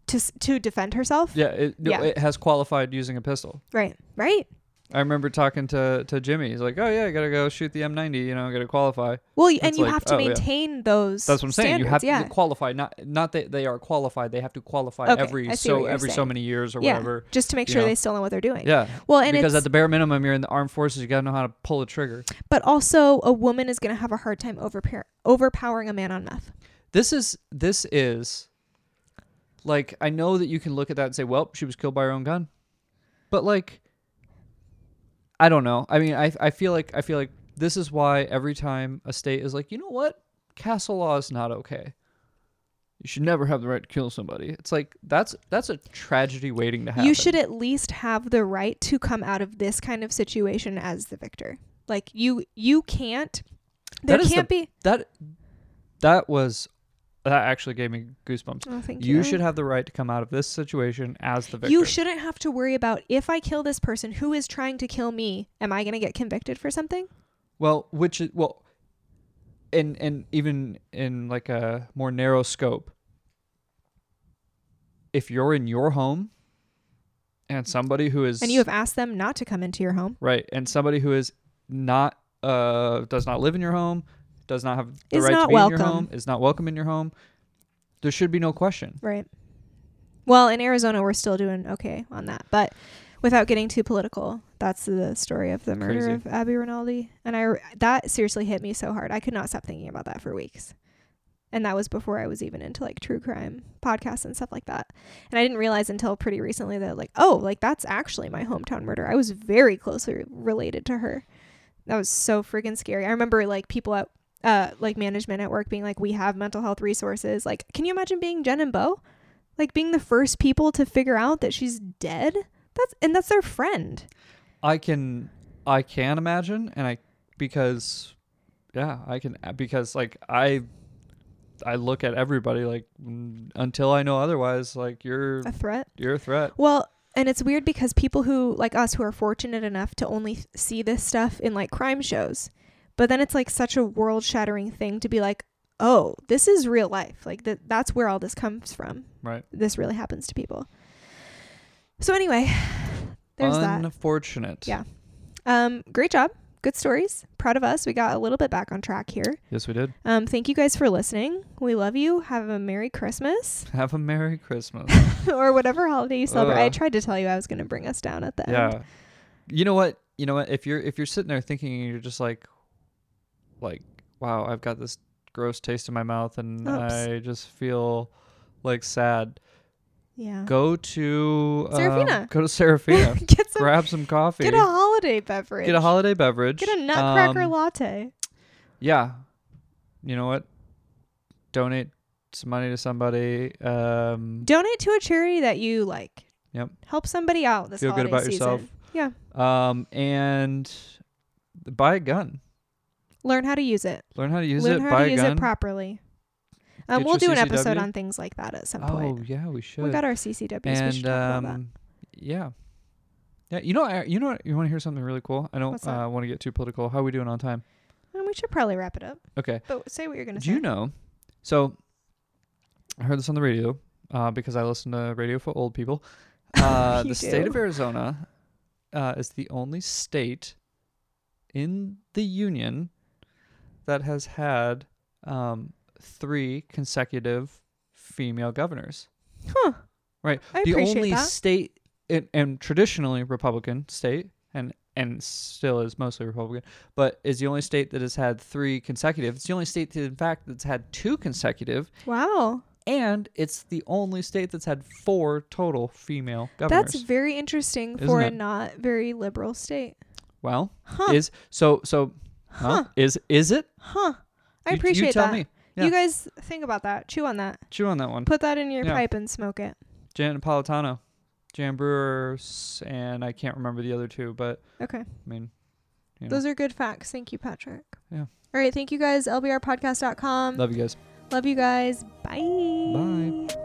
Speaker 2: to s- to defend herself.
Speaker 1: Yeah, it,
Speaker 2: Yeah.
Speaker 1: it has qualified using a pistol.
Speaker 2: Right. Right.
Speaker 1: I remember talking to, to Jimmy. He's like, oh, yeah, I got to go shoot the M90, you know, got to qualify.
Speaker 2: Well, y- and
Speaker 1: It's
Speaker 2: you
Speaker 1: like,
Speaker 2: have to
Speaker 1: oh, yeah.
Speaker 2: maintain those.
Speaker 1: That's what I'm saying. You
Speaker 2: standards,
Speaker 1: have
Speaker 2: yeah.
Speaker 1: to qualify. Not not that they are qualified. They have to qualify
Speaker 2: Okay,
Speaker 1: every
Speaker 2: I see what
Speaker 1: so
Speaker 2: you're
Speaker 1: every so
Speaker 2: saying.
Speaker 1: many years or
Speaker 2: yeah,
Speaker 1: whatever.
Speaker 2: just to make
Speaker 1: you
Speaker 2: sure
Speaker 1: know.
Speaker 2: they still know what they're doing.
Speaker 1: Yeah.
Speaker 2: Well, and
Speaker 1: because
Speaker 2: it's
Speaker 1: at the bare minimum, you're in the armed forces. You got to know how to pull a trigger.
Speaker 2: but also a woman is going to have a hard time overpower- overpowering a man on meth.
Speaker 1: This is this is like I know that you can look at that and say, "Well, she was killed by her own gun," but like I don't know. I mean, I I feel like I feel like this is why every time a state is like, you know what, castle law is not okay. You should never have the right to kill somebody. It's like that's that's a tragedy waiting to happen.
Speaker 2: You should at least have the right to come out of this kind of situation as the victor. Like you, you can't. There
Speaker 1: That is the-
Speaker 2: can't be.
Speaker 1: that that was that actually gave me goosebumps.
Speaker 2: Oh, thank you.
Speaker 1: You should have the right to come out of this situation as the victor.
Speaker 2: You shouldn't have to worry about if I kill this person who is trying to kill me, am I going to get convicted for something?
Speaker 1: Well, which is well, and and even in like a more narrow scope, if you're in your home, and somebody who is
Speaker 2: And you have asked them not to come into your home.
Speaker 1: right, and somebody who is not uh does not live in your home, does not have the
Speaker 2: Is
Speaker 1: right to
Speaker 2: not
Speaker 1: be in your
Speaker 2: welcome.
Speaker 1: home, is not welcome in your home, there should be no question.
Speaker 2: Right. Well, in Arizona, we're still doing okay on that. But without getting too political, that's the story of the murder
Speaker 1: Crazy.
Speaker 2: of Abby Rinaldi. And I, that seriously hit me so hard. I could not stop thinking about that for weeks. And that was before I was even into like true crime podcasts and stuff like that. And I didn't realize until pretty recently that, like, oh, like that's actually my hometown murder. I was very closely related to her. That was so freaking scary. I remember like people at, uh, like management at work being like, we have mental health resources. Like, can you imagine being Jen and Bo? like being the first people to figure out that she's dead that's and that's their friend
Speaker 1: I can I can imagine and I because yeah, I can uh, because like I I look at everybody like mm, until I know otherwise like you're
Speaker 2: a threat
Speaker 1: you're a threat.
Speaker 2: well and it's weird because people who like us who are fortunate enough to only th- see this stuff in like crime shows but then it's like such a world shattering thing to be like oh this is real life like that that's where all this comes from
Speaker 1: Right.
Speaker 2: this really happens to people so anyway there's that
Speaker 1: Unfortunate.
Speaker 2: Yeah. um great job good stories proud of us we got a little bit back on track here
Speaker 1: Yes, we did.
Speaker 2: Um, thank you guys for listening. We love you. Have a Merry Christmas
Speaker 1: Have a Merry Christmas.
Speaker 2: or whatever holiday you celebrate. I
Speaker 1: Ugh.
Speaker 2: tried to tell you I was going to bring us down at the end.
Speaker 1: yeah. You know what? You know what? If you're if you're sitting there thinking and you're just like like wow, I've got this gross taste in my mouth and
Speaker 2: Oops.
Speaker 1: I just feel like sad.
Speaker 2: Yeah.
Speaker 1: Go to um,
Speaker 2: Uh-huh. Serafina.
Speaker 1: go to Serafina.
Speaker 2: get some.
Speaker 1: grab some coffee.
Speaker 2: Get a holiday beverage.
Speaker 1: Get a holiday beverage.
Speaker 2: Get a nutcracker
Speaker 1: Um,
Speaker 2: latte.
Speaker 1: yeah. You know what? Donate some money to somebody. Um,
Speaker 2: Donate to a charity that you like.
Speaker 1: Yep.
Speaker 2: Help somebody out this
Speaker 1: Feel good
Speaker 2: holiday
Speaker 1: about
Speaker 2: season.
Speaker 1: yourself.
Speaker 2: Yeah.
Speaker 1: um, and buy a gun.
Speaker 2: Learn how to use it.
Speaker 1: Learn how to use
Speaker 2: Learn
Speaker 1: it.
Speaker 2: how
Speaker 1: buy
Speaker 2: to
Speaker 1: a
Speaker 2: use
Speaker 1: gun.
Speaker 2: it properly. Um,
Speaker 1: Get
Speaker 2: we'll do
Speaker 1: your
Speaker 2: an episode
Speaker 1: CCW.
Speaker 2: on things like that at some
Speaker 1: oh
Speaker 2: point.
Speaker 1: yeah, we should.
Speaker 2: We got our CCWs. we should
Speaker 1: and
Speaker 2: talk about that.
Speaker 1: um, yeah, yeah. You know, I- you know, what- you want to hear something really cool? I don't
Speaker 2: What's that?
Speaker 1: uh, want to get too political. How are we doing on time?
Speaker 2: And we should probably wrap it up.
Speaker 1: Okay.
Speaker 2: But say what you're going to say.
Speaker 1: Do you know? So I heard this on the radio uh, because I listen to radio for old people. Uh,
Speaker 2: You
Speaker 1: the state of
Speaker 2: do.
Speaker 1: Arizona uh, is the only state in the union that has had um, three consecutive female governors.
Speaker 2: Huh.
Speaker 1: Right.
Speaker 2: I
Speaker 1: the
Speaker 2: appreciate
Speaker 1: only
Speaker 2: that.
Speaker 1: state, and, and traditionally Republican state, and and still is mostly Republican, but is the only state that has had three consecutive. It's the only state, that, in fact, that's had two consecutive,
Speaker 2: Wow.
Speaker 1: and it's the only state that's had four total female governors.
Speaker 2: That's very interesting
Speaker 1: Isn't
Speaker 2: for a
Speaker 1: it?
Speaker 2: not very liberal state.
Speaker 1: well,
Speaker 2: Huh.
Speaker 1: is so so. Huh?
Speaker 2: Huh.
Speaker 1: Is is it?
Speaker 2: Huh. I
Speaker 1: You-
Speaker 2: appreciate
Speaker 1: You tell
Speaker 2: that.
Speaker 1: me. yeah.
Speaker 2: You guys think about that. Chew on that.
Speaker 1: Chew on that one.
Speaker 2: Put that in your
Speaker 1: Yeah.
Speaker 2: pipe and smoke it.
Speaker 1: Janet Napolitano, Jan Brewer, s- and I can't remember the other two, but
Speaker 2: Okay.
Speaker 1: I mean, you know,
Speaker 2: Those are good facts. Thank you, Patrick.
Speaker 1: Yeah.
Speaker 2: All right. Thank you guys. LBRpodcast.com. Love,
Speaker 1: love you guys.
Speaker 2: Love you guys. Bye.
Speaker 1: Bye.